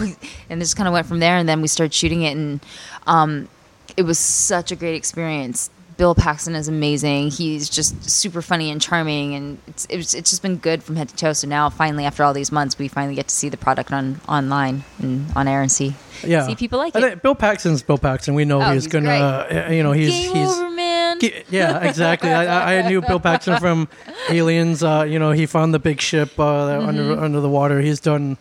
Speaker 6: and this kind of went from there, and then we started shooting it, and um, it was such a great experience. Bill Paxton is amazing. He's just super funny and charming, and it's it's, it's just been good from head to toe. So now, finally, after all these months, we finally get to see the product on online and on air and see
Speaker 1: yeah.
Speaker 6: see people like
Speaker 1: I
Speaker 6: it.
Speaker 1: think Bill Paxton's Bill Paxton. We know
Speaker 6: Oh,
Speaker 1: he's,
Speaker 6: he's
Speaker 1: gonna, uh, you know, he's
Speaker 6: Game
Speaker 1: he's.
Speaker 6: over, man.
Speaker 1: Ge- yeah, exactly. I, I- I knew Bill Paxton from Aliens. Uh, you know, he found the big ship uh,
Speaker 6: Mm-hmm.
Speaker 1: under under the water. He's done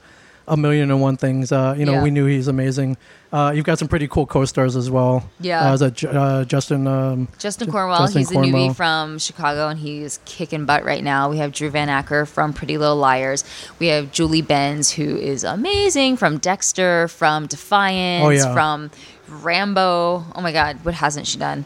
Speaker 1: a million and one things. Uh, you know,
Speaker 6: Yeah.
Speaker 1: we knew he's amazing. Uh, you've got some pretty cool co-stars as well.
Speaker 6: Yeah.
Speaker 1: uh, is that Ju- uh, Justin. Um,
Speaker 6: Justin
Speaker 1: Ju-
Speaker 6: Cornwell,
Speaker 1: Justin
Speaker 6: he's a
Speaker 1: Cornwell.
Speaker 6: newbie from Chicago, and he's kicking butt right now. We have Drew Van Acker from Pretty Little Liars. We have Julie Benz, who is amazing from Dexter, from Defiance,
Speaker 1: Oh, yeah.
Speaker 6: from Rambo. Oh my God, what hasn't she done?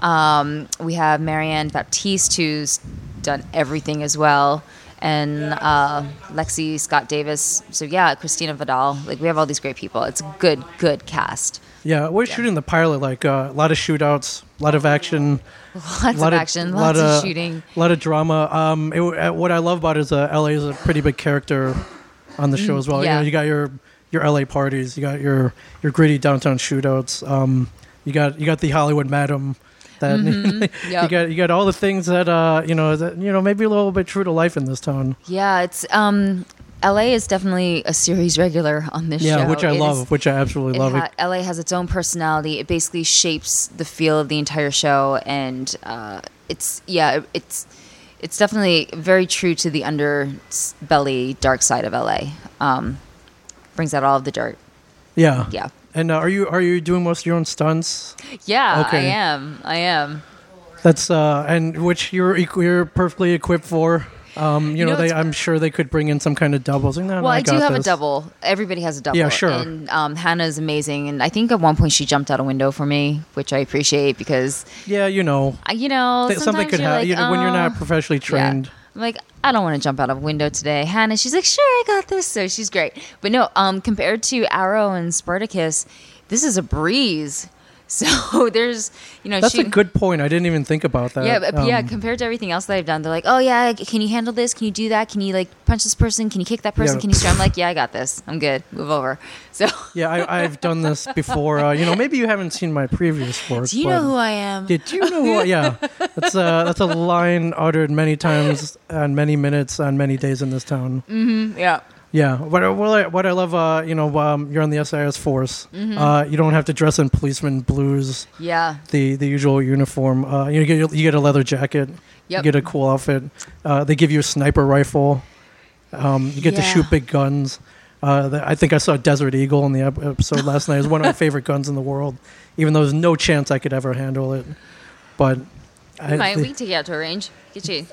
Speaker 6: Um, we have Marianne Baptiste, who's done everything as well, and uh, Lexi Scott Davis. So yeah, Christina Vidal. Like we have all these great people. It's a good, good cast.
Speaker 1: Yeah, we're shooting the pilot. Like uh, a lot of shootouts, a lot of action.
Speaker 6: Lots
Speaker 1: lot
Speaker 6: of action, lots of, shooting.
Speaker 1: a lot of drama. Um, it, uh, what I love about it is uh, LA is a pretty big character on the show as well. You
Speaker 6: Mm, yeah.
Speaker 1: know, you got your your LA parties. You got your your gritty downtown shootouts. Um, you got you got the Hollywood Madam. That you
Speaker 6: Yep.
Speaker 1: got you got all the things that uh you know that you know maybe a little bit true to life in this town.
Speaker 6: Yeah, it's um, LA is definitely a series regular on this
Speaker 1: Yeah,
Speaker 6: show.
Speaker 1: which I
Speaker 6: It
Speaker 1: love,
Speaker 6: is-
Speaker 1: which I absolutely
Speaker 6: it
Speaker 1: love.
Speaker 6: ha- LA has its own personality. It basically shapes the feel of the entire show, and uh, it's yeah, it- it's it's definitely very true to the underbelly dark side of LA. Um, brings out all of the dirt.
Speaker 1: yeah,
Speaker 6: Yeah,
Speaker 1: And uh, are you are you doing most of your own stunts?
Speaker 6: yeah,
Speaker 1: Okay.
Speaker 6: I am, I am.
Speaker 1: That's uh, and which you're equ- you're perfectly equipped for. Um, you, know,
Speaker 6: know,
Speaker 1: they
Speaker 6: it's-
Speaker 1: I'm sure they could bring in some kind of doubles. No, no,
Speaker 6: Well, I, do
Speaker 1: got
Speaker 6: have
Speaker 1: this.
Speaker 6: a double. Everybody has a double.
Speaker 1: Yeah, sure.
Speaker 6: And um, Hannah is amazing, and I think at one point she jumped out a window for me, which I appreciate because
Speaker 1: Yeah, you know,
Speaker 6: I- you know
Speaker 1: th- something
Speaker 6: sometimes
Speaker 1: could
Speaker 6: you're
Speaker 1: happen
Speaker 6: like,
Speaker 1: you know, when you're not
Speaker 6: "Oh."
Speaker 1: professionally
Speaker 6: Yeah.
Speaker 1: trained.
Speaker 6: I'm like, I don't want to jump out of a window today. Hannah, she's like, sure, I got this. So she's great. But no, um, compared to Arrow and Spartacus, this is a breeze. So there's, you know,
Speaker 1: That's
Speaker 6: she,
Speaker 1: a good point. I didn't even think about that.
Speaker 6: yeah, but- yeah.
Speaker 1: Um,
Speaker 6: Compared to everything else that I've done, they're like, oh yeah, can you handle this? Can you do that? Can you like punch this person? Can you kick that person?
Speaker 1: Yeah.
Speaker 6: Can you? Str-? I'm like, yeah, I got this. I'm good. Move over. So
Speaker 1: yeah. I, I've done this before. Uh, you know, maybe you haven't seen my previous work.
Speaker 6: do you
Speaker 1: but-
Speaker 6: know who I am?
Speaker 1: Did you know what? Yeah, that's a that's a line uttered many times on many minutes on many days in this town.
Speaker 6: yeah.
Speaker 1: Yeah, what I, what I, what I love, uh, you know, um, you're on the SIS force.
Speaker 6: Mm-hmm.
Speaker 1: Uh, you don't have to dress in policeman blues,
Speaker 6: Yeah.
Speaker 1: the the usual uniform. Uh, you get you get a leather jacket.
Speaker 6: Yep.
Speaker 1: You get a cool outfit. Uh, they give you a sniper rifle. Um, you get to
Speaker 6: Yeah.
Speaker 1: shoot big guns. Uh, the, I think I saw Desert Eagle in the ep- episode last night. It's one of my favorite guns in the world, even though there's no chance I could ever handle it. But I,
Speaker 6: Might we take you out to a range? Get you.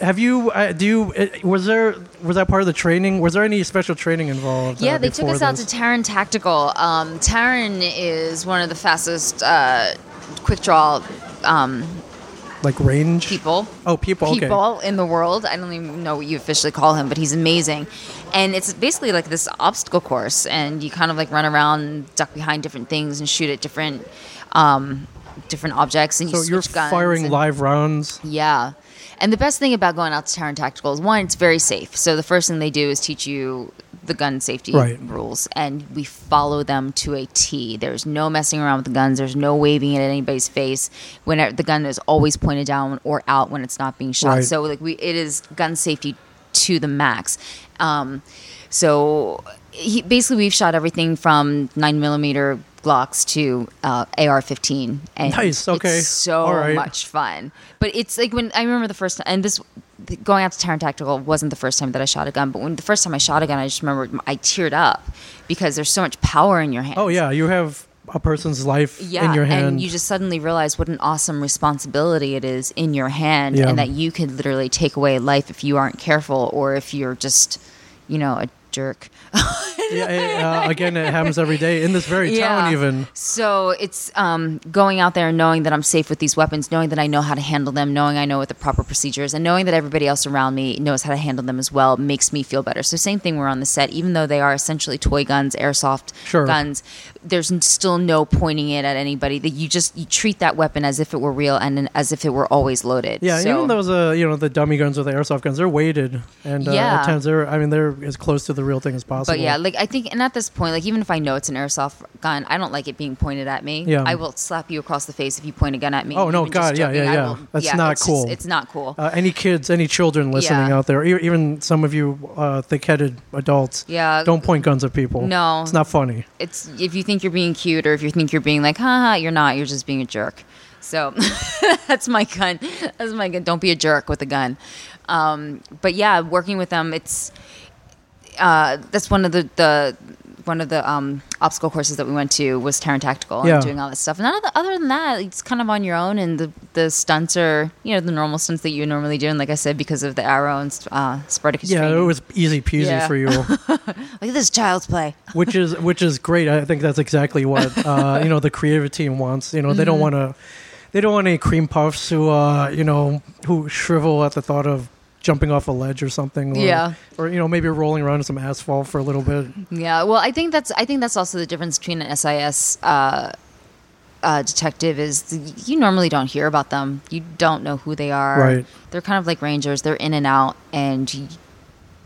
Speaker 1: have you? Uh, do you? uh, Was there? Was that part of the training? Was there any special training involved? uh,
Speaker 6: Yeah, they took
Speaker 1: before
Speaker 6: us out to
Speaker 1: this?
Speaker 6: Taryn Tactical. Um, Taryn is one of the fastest uh, quick draw um,
Speaker 1: like range.
Speaker 6: people
Speaker 1: Oh, people. Okay.
Speaker 6: people in the world. I don't even know what you officially call him, but he's amazing. And it's basically like this obstacle course, and you kind of like run around, duck behind different things, and shoot at different um, different objects. And you
Speaker 1: So you're
Speaker 6: switch guns
Speaker 1: firing
Speaker 6: and-
Speaker 1: live rounds.
Speaker 6: Yeah. And the best thing about going out to Terran Tactical is one, it's very safe. So the first thing they do is teach you the gun safety
Speaker 1: Right.
Speaker 6: rules, and we follow them to a T. There's no messing around with the guns. There's no waving it at anybody's face. When e-, the gun is always pointed down or out when it's not being shot.
Speaker 1: Right.
Speaker 6: So like we, it is gun safety to the max. Um, so he, basically, we've shot everything from nine millimeter Glocks to uh, AR-15, and
Speaker 1: Nice,
Speaker 6: it's
Speaker 1: okay.
Speaker 6: so
Speaker 1: All right.
Speaker 6: much much fun. But it's like when I remember the first time, and this th- going out to Terran Tactical wasn't the first time that I shot a gun, but when the first time I shot a gun, I just remember I teared up because there's so much power in your hands.
Speaker 1: Oh yeah, you have a person's life in your hand.
Speaker 6: and you just suddenly realize what an awesome responsibility it is in your hand,
Speaker 1: Yeah.
Speaker 6: and that you could literally take away life if you aren't careful or if you're just, you know, a jerk.
Speaker 1: yeah, eh, uh, again, it happens every day in this very town. Even
Speaker 6: So it's um, going out there and knowing that I'm safe with these weapons, knowing that I know how to handle them, knowing I know what the proper procedure is, and knowing that everybody else around me knows how to handle them as well makes me feel better. So same thing. We're on the set, even though they are essentially toy guns, airsoft
Speaker 1: Sure.
Speaker 6: guns. There's n- still no pointing it at anybody. That you just you treat that weapon as if it were real and an- as if it were always loaded.
Speaker 1: yeah,
Speaker 6: So-
Speaker 1: even those uh, you know the dummy guns or the airsoft guns, they're weighted and uh,
Speaker 6: Yeah.
Speaker 1: at times they're I mean they're as close to the real thing as possible.
Speaker 6: But yeah, like I think, and at this point, like even if I know it's an airsoft gun, I don't like it being pointed at me.
Speaker 1: Yeah.
Speaker 6: I will slap you across the face if you point a gun at me.
Speaker 1: Oh, no,
Speaker 6: Even just
Speaker 1: God, yeah,
Speaker 6: joking,
Speaker 1: yeah,
Speaker 6: I
Speaker 1: yeah.
Speaker 6: will-
Speaker 1: That's not
Speaker 6: it's just-
Speaker 1: cool.
Speaker 6: it's not cool.
Speaker 1: uh, any kids, any children listening
Speaker 6: Yeah.
Speaker 1: out there, e- even some of you uh, thick-headed adults,
Speaker 6: Yeah.
Speaker 1: don't point guns at people.
Speaker 6: No.
Speaker 1: it's not funny.
Speaker 6: it's if you think you're being cute or if you think you're being like, haha, you're not. You're just being a jerk. So that's my gun. That's my gun. Don't be a jerk with a gun. Um, but yeah, working with them, it's uh, that's one of the the one of the um, obstacle courses that we went to was Terran Tactical
Speaker 1: Yeah.
Speaker 6: and doing all that stuff. None of the, other than that, it's kind of on your own, and the the stunts are you know the normal stunts that you normally do. And like I said, because of the arrow and uh, Spartacus,
Speaker 1: Yeah,
Speaker 6: training.
Speaker 1: it was easy peasy
Speaker 6: Yeah.
Speaker 1: for you.
Speaker 6: like this is child's play.
Speaker 1: which is which is great. I think that's exactly what uh, you know the creative team wants. You know, they don't want
Speaker 6: Mm-hmm.
Speaker 1: to they don't want any cream puffs who uh, you know who shrivel at the thought of jumping off a ledge or something. Or,
Speaker 6: Yeah.
Speaker 1: Or you know maybe rolling around in some asphalt for a little bit.
Speaker 6: Yeah, well, I think that's I think that's also the difference between an SIS uh, uh, detective is th- you normally don't hear about them. You don't know who they are.
Speaker 1: Right.
Speaker 6: They're kind of like rangers. They're in and out, and y-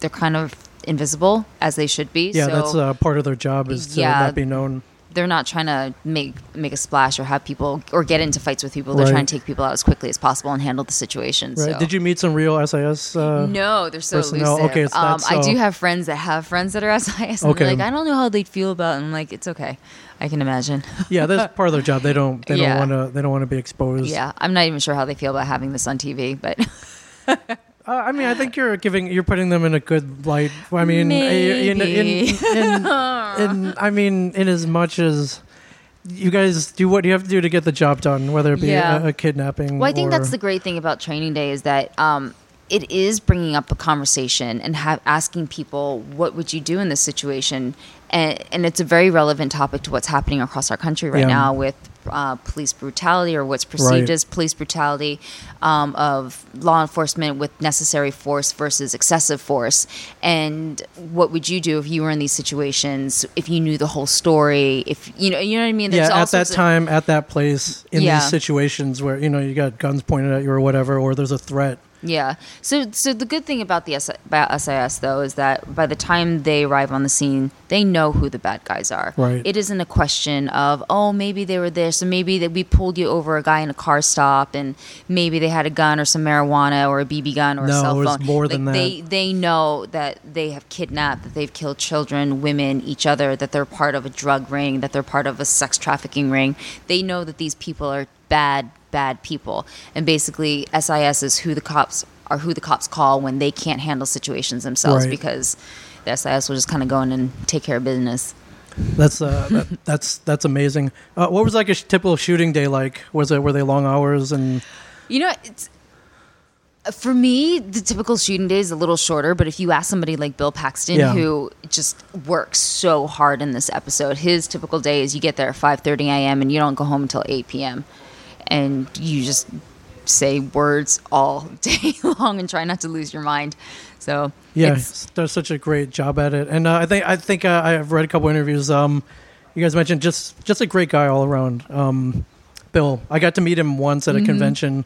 Speaker 6: they're kind of invisible as they should be.
Speaker 1: Yeah,
Speaker 6: so
Speaker 1: that's uh, part of their job is to
Speaker 6: Yeah.
Speaker 1: not be known.
Speaker 6: they're not trying to make make a splash or have people or get into fights with people. They're
Speaker 1: Right.
Speaker 6: trying to take people out as quickly as possible and handle the situation.
Speaker 1: Right?
Speaker 6: So.
Speaker 1: Did you meet some real SIS? Uh,
Speaker 6: No, they're so
Speaker 1: personnel?
Speaker 6: elusive.
Speaker 1: Okay, it's
Speaker 6: um,
Speaker 1: not
Speaker 6: I
Speaker 1: so-
Speaker 6: do have friends that have friends that are SIS, and
Speaker 1: Okay.
Speaker 6: they're like, I don't know how they'd feel about. It. I'm like, it's okay. I can imagine.
Speaker 1: Yeah, that's part of their job. They don't. They
Speaker 6: Yeah.
Speaker 1: don't want to. They don't want to be exposed.
Speaker 6: yeah, I'm not even sure how they feel about having this on TV, but
Speaker 1: Uh, I mean, I think you're giving. You're putting them in a good light. I mean, I- in, in,
Speaker 6: Maybe.
Speaker 1: in, in- I mean, in as much as you guys do what you have to do to get the job done, whether it be
Speaker 6: Yeah.
Speaker 1: a, a kidnapping.
Speaker 6: Well, I think that's
Speaker 1: or-
Speaker 6: the great thing about training day is that um, it is bringing up a conversation and have asking people what would you do in this situation, and and it's a very relevant topic to what's happening across our country right
Speaker 1: Yeah.
Speaker 6: now with. Uh, police brutality, or what's perceived
Speaker 1: Right.
Speaker 6: as police brutality, um, of law enforcement with necessary force versus excessive force, and what would you do if you were in these situations? If you knew the whole story, if you know, you know what I mean. There's all
Speaker 1: yeah, at that
Speaker 6: sorts of-
Speaker 1: time, at that place, in
Speaker 6: Yeah.
Speaker 1: these situations where you know you got guns pointed at you or whatever, or there's a threat.
Speaker 6: Yeah. So so the good thing about the S- about SIS though is that by the time they arrive on the scene, they know who the bad guys are.
Speaker 1: Right.
Speaker 6: It isn't a question of oh maybe they were there, so maybe that we pulled you over a guy in a car stop, and maybe they had a gun or some marijuana or a BB gun or a
Speaker 1: No,
Speaker 6: cell
Speaker 1: it was
Speaker 6: phone.
Speaker 1: more
Speaker 6: Like,
Speaker 1: than that.
Speaker 6: They they know that they have kidnapped, that they've killed children, women, each other, that they're part of a drug ring, that they're part of a sex trafficking ring. They know that these people are bad, bad people. And basically, SIS is who the cops are who the cops call when they can't handle situations themselves
Speaker 1: Right.
Speaker 6: because the SIS will just kind of go in and take care of business.
Speaker 1: That's uh, that, that's that's amazing. Uh, what was like a sh- typical shooting day like? Was it were they long hours and
Speaker 6: You know, it's for me the typical shooting day is a little shorter. But if you ask somebody like Bill Paxton,
Speaker 1: Yeah.
Speaker 6: who just works so hard in this episode, his typical day is you get there at five thirty a.m. and you don't go home until eight p.m. and you just say words all day long and try not to lose your mind. So
Speaker 1: Yeah,
Speaker 6: it's-
Speaker 1: s- does such a great job at it, and uh, I think I think uh, I've read a couple interviews. Um, you guys mentioned just just a great guy all around. Um, Bill, I got to meet him once at a convention.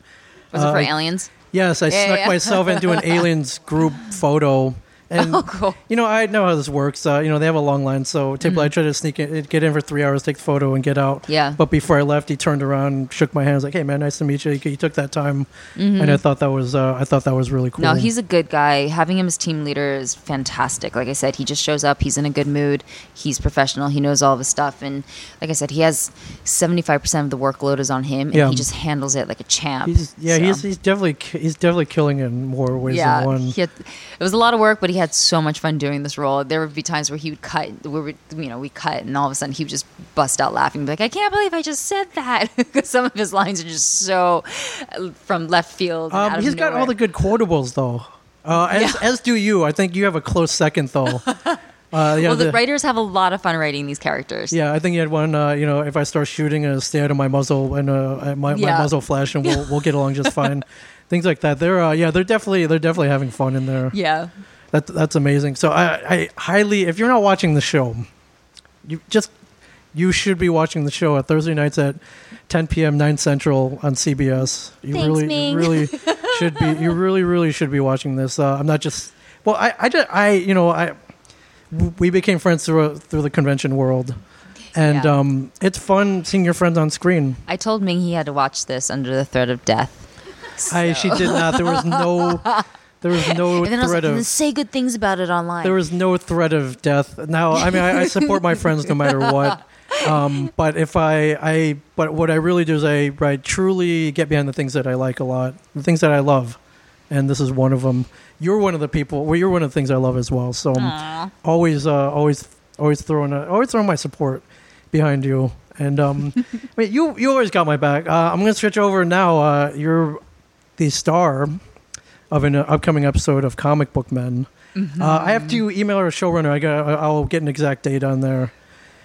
Speaker 6: was it for
Speaker 1: Uh,
Speaker 6: aliens?
Speaker 1: Yes, I
Speaker 6: Mm-hmm. Yeah,
Speaker 1: snuck
Speaker 6: yeah.
Speaker 1: myself into an aliens group photo. And,
Speaker 6: Oh, cool. Mm-hmm.
Speaker 1: You know, I know how this works. Uh, you know, they have a long line, so typically I try to sneak in, get in for three hours, take the photo, and get out.
Speaker 6: Yeah.
Speaker 1: But before I left, he turned around, shook my hand, was like, "Hey, man, nice to meet you. You took that time," and I thought that was uh, I thought that was really cool.
Speaker 6: Mm-hmm. No, he's a good guy. Having him as team leader is fantastic. Like I said, he just shows up. He's in a good mood. He's professional. He knows all of his stuff. And like I said, he has 75% of the workload is on him, and
Speaker 1: Yeah.
Speaker 6: he just handles it like a champ.
Speaker 1: He's, yeah,
Speaker 6: So,
Speaker 1: he's he's definitely ki- he's definitely killing it in more ways
Speaker 6: yeah,
Speaker 1: than one.
Speaker 6: he had- it was a lot of work, but he had so much fun doing this role. There would be times where he would cut, where we, you know, we cut, and all of a sudden he would just bust out laughing, be like, "I can't believe I just said that!" Because some of his lines are just so uh, from left field. and out
Speaker 1: Um,
Speaker 6: of
Speaker 1: he's got all the
Speaker 6: nowhere.
Speaker 1: good quotables though. Uh, as, as do you. I think you have a close second though. Uh, yeah,
Speaker 6: Well, the,
Speaker 1: the-
Speaker 6: writers have a lot of fun writing these characters.
Speaker 1: Yeah, I think you had one. Uh, you know, if I start shooting, uh, stay out of my muzzle and uh, uh, my, my
Speaker 6: Yeah.
Speaker 1: muzzle flash, and we'll we'll get along just fine. Things like that. They're uh, yeah, they're definitely they're definitely having fun in there.
Speaker 6: Yeah.
Speaker 1: That that's amazing. So I, I highly, if you're not watching the show, you just you should be watching the show at Thursday nights at 10 p.m. 9 Central on CBS. You
Speaker 6: Thanks,
Speaker 1: really,
Speaker 6: Ming.
Speaker 1: you really should be. You really, really should be watching this. Uh, I'm not just. Well, I, I just, I, you know, I, we became friends through through the convention world, and
Speaker 6: Yeah.
Speaker 1: um, it's fun seeing your friends on screen.
Speaker 6: I told Ming he had to watch this under the threat of death.
Speaker 1: I, she did not. There was no. There was no
Speaker 6: And then I was like,
Speaker 1: threat
Speaker 6: "And
Speaker 1: of
Speaker 6: then say good things about it online.
Speaker 1: there was no threat of death. Now, I mean, I, I support my friends no matter what. Um, but if I, I, but what I really do is I, I truly get behind the things that I like a lot, the things that I love, and this is one of them. You're one of the people. Well, you're one of the things I love as well. So um, always, uh, always, always throwing, a, always throwing my support behind you. And um, I mean, you, you always got my back. Uh, I'm gonna switch over now. Uh, you're the star of an upcoming episode of Comic Book Men.
Speaker 6: Mm-hmm.
Speaker 1: Uh, I have to email our showrunner. I got. I'll get an exact date on there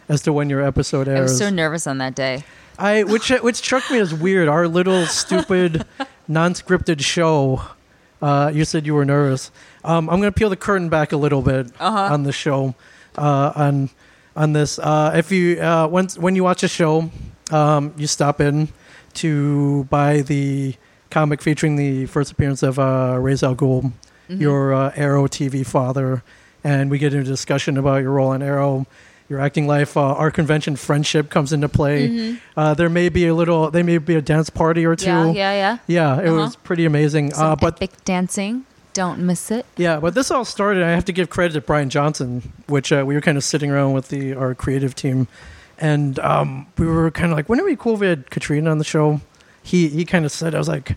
Speaker 1: as to when your episode
Speaker 6: I was
Speaker 1: airs.
Speaker 6: so nervous on that day.
Speaker 1: I which uh, which struck me as weird. Our little stupid, non-scripted show. Uh, you said you were nervous. Um, I'm going to peel the curtain back a little bit
Speaker 6: Uh-huh.
Speaker 1: on the show. Uh, on on this, uh, if you uh, once when you watch a show, um, you stop in to buy the comic
Speaker 6: Mm-hmm.
Speaker 1: featuring the first appearance of uh, Ra's al Ghul, your uh, Arrow TV father, and we get into a discussion about your role in Arrow, your acting life. Uh, our convention friendship comes into play. Uh, there may be a little, there may be a dance party or two.
Speaker 6: Mm-hmm. Yeah, yeah, yeah.
Speaker 1: Yeah, it
Speaker 6: Uh-huh.
Speaker 1: was pretty amazing. Uh, but
Speaker 6: epic dancing. Don't miss it.
Speaker 1: yeah, but this all started. I have to give credit to Brian Johnson, which uh, we were kind of sitting around with the our creative team, and um, we were kind of like, "Wouldn't it be cool if we had Katrina on the show?" He he kind of said, "I was like,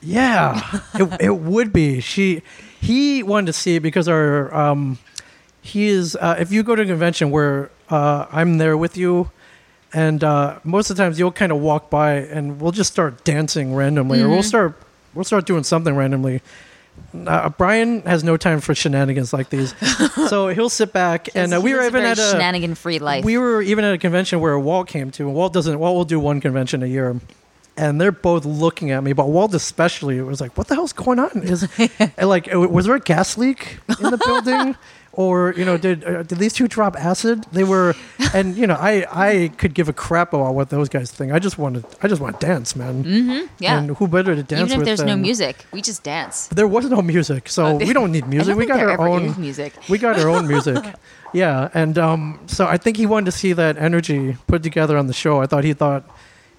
Speaker 1: yeah, it, it would be." She he wanted to see it because our um, he is. Uh, if you go to a convention where uh, I'm there with you. And uh, most of the times, you'll kind of walk by, and we'll just start dancing randomly, or we'll start we'll start doing something randomly uh, Brian has no time for shenanigans like these, so he'll sit back. and uh,
Speaker 6: He
Speaker 1: we were
Speaker 6: lives
Speaker 1: even
Speaker 6: a very
Speaker 1: at a
Speaker 6: shenanigan free life.
Speaker 1: we were even at a convention where Walt came to, and Walt doesn't. Walt will do one convention a year, and they're both looking at me. But Walt especially was like, "What the hell's going on? Is and like, uh, was there a gas leak in the building?" Or you know, did uh, did these two drop acid? They were, and you know, I I could give a crap about what those guys think. I just want to I just want to dance, man. Mm-hmm.
Speaker 6: yeah.
Speaker 1: And who better to dance
Speaker 6: Even if
Speaker 1: with
Speaker 6: there's no
Speaker 1: than-
Speaker 6: music, we just dance.
Speaker 1: there was no music, so we don't need music. we
Speaker 6: Oh, think
Speaker 1: got
Speaker 6: there
Speaker 1: our
Speaker 6: ever
Speaker 1: own
Speaker 6: is music.
Speaker 1: We got our own music. Yeah, and um, so I think he wanted to see that energy put together on the show. I thought he thought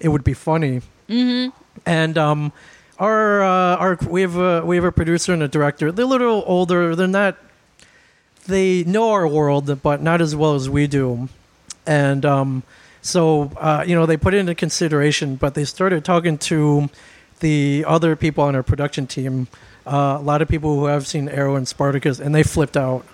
Speaker 1: it would be funny. Mm-hmm. And um, our uh, our we have a, we have a producer and a director. They're a little older. They're not. They know our world, but not as well as we do. And um, so uh, you know they put it into consideration, but they started talking to the other people on our production team. Uh, a lot of people who have seen Arrow and Spartacus, and they flipped out.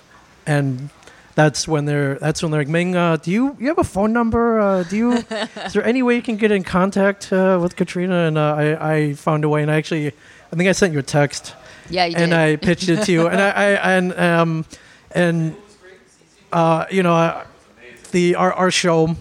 Speaker 1: And that's when they're that's when they're like, Ming, uh, do you you have a phone number? Uh, do you is there any way you can get in contact uh, with Katrina? And uh, I I found a way, and I actually I think I sent you a text
Speaker 6: Yeah, you
Speaker 1: and
Speaker 6: did.
Speaker 1: I pitched it to you, and I, I and um, and uh, you know, uh, the our our show.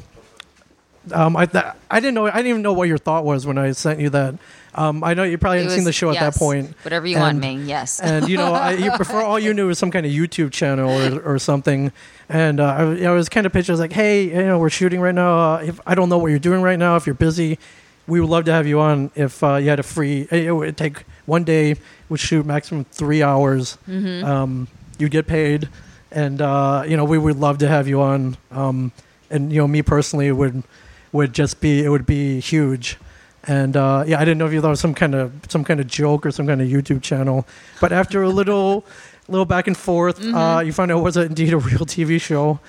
Speaker 1: Um, I th- I didn't know I didn't even know what your thought was when I sent you that. Um, I know you probably
Speaker 6: It
Speaker 1: hadn't seen the
Speaker 6: was-
Speaker 1: show at
Speaker 6: yes.
Speaker 1: that point.
Speaker 6: Whatever you
Speaker 1: And-
Speaker 6: want, Ming. Yes.
Speaker 1: and you know, I, you, before all you knew was some kind of YouTube channel or, or something. And uh, I, was- you know, I was kind of pitched. I was like, "Hey, you know, we're shooting right now. Uh, if I don't know what you're doing right now, if you're busy, we would love to have you on. If uh, you had a free, it would take one day. Would shoot maximum three hours. Um, you get paid, and uh, you know, we would love to have you on. Um, and you know, me personally would would just be it would be huge. And uh, yeah, I didn't know if you thought it was some kind of some kind of joke or some kind of YouTube channel. But after a little little back and forth, uh, you found out it was indeed a real TV show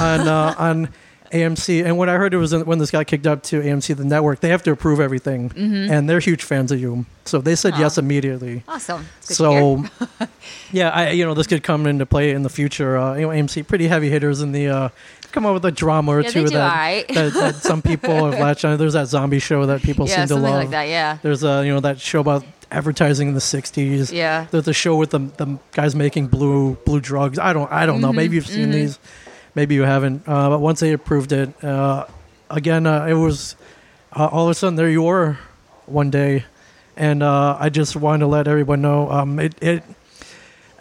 Speaker 1: on uh, on AMC. And what I heard it was when this got kicked up to AMC, the network, they have to approve everything, and they're huge fans of you, so they said yes immediately.
Speaker 6: awesome. It's good to hear.
Speaker 1: So, yeah, I you know this could come into play in the future. Uh, you know, AMC pretty heavy hitters in the uh, come up with a drama or
Speaker 6: Yeah, they
Speaker 1: two
Speaker 6: do
Speaker 1: that,
Speaker 6: alright.
Speaker 1: that, that some people have latched on. There's that zombie show that people
Speaker 6: yeah,
Speaker 1: seem to
Speaker 6: something
Speaker 1: love.
Speaker 6: like that. Yeah.
Speaker 1: There's a you know that show about advertising in the '60s.
Speaker 6: Yeah.
Speaker 1: There's a show with the the guys making blue blue drugs. I don't I don't know.
Speaker 6: Mm-hmm.
Speaker 1: Maybe you've seen these, maybe you haven't. Uh, but once they approved it, uh, again uh, it was uh, all of a sudden there you were one day, and uh, I just wanted to let everyone know um, it it.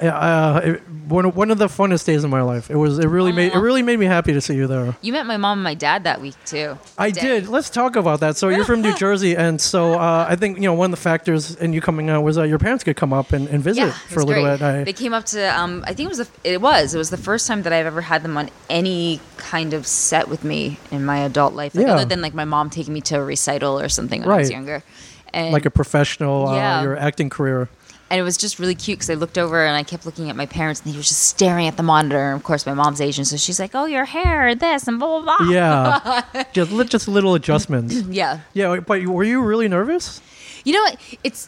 Speaker 1: Uh, it, one of- one of the funnest days of my life. It was. It really made. It really made me happy to see you there.
Speaker 6: You met my mom and my dad that week too.
Speaker 1: I did. Let's talk about that. So you're from New Jersey, and so uh, I think you know one of the factors in you coming out was uh, your parents could come up and, and visit
Speaker 6: Yeah, it
Speaker 1: for a
Speaker 6: was
Speaker 1: little uh,
Speaker 6: great.
Speaker 1: bit. I,
Speaker 6: they came up to. Um, I think it was. The, it was. It was the first time that I've ever had them on any kind of set with me in my adult life, like,
Speaker 1: Yeah.
Speaker 6: other than like my mom taking me to a recital or something when I was
Speaker 1: Right.
Speaker 6: younger. And
Speaker 1: like a professional, uh,
Speaker 6: Yeah.
Speaker 1: your acting career.
Speaker 6: and it was just really cute because I looked over and I kept looking at my parents and he was just staring at the monitor. And of course, my mom's Asian, so she's like, "Oh, your hair, this, and blah blah blah."
Speaker 1: Yeah, just li- just little adjustments.
Speaker 6: yeah.
Speaker 1: Yeah, but you- were you really nervous?
Speaker 6: You know what? It's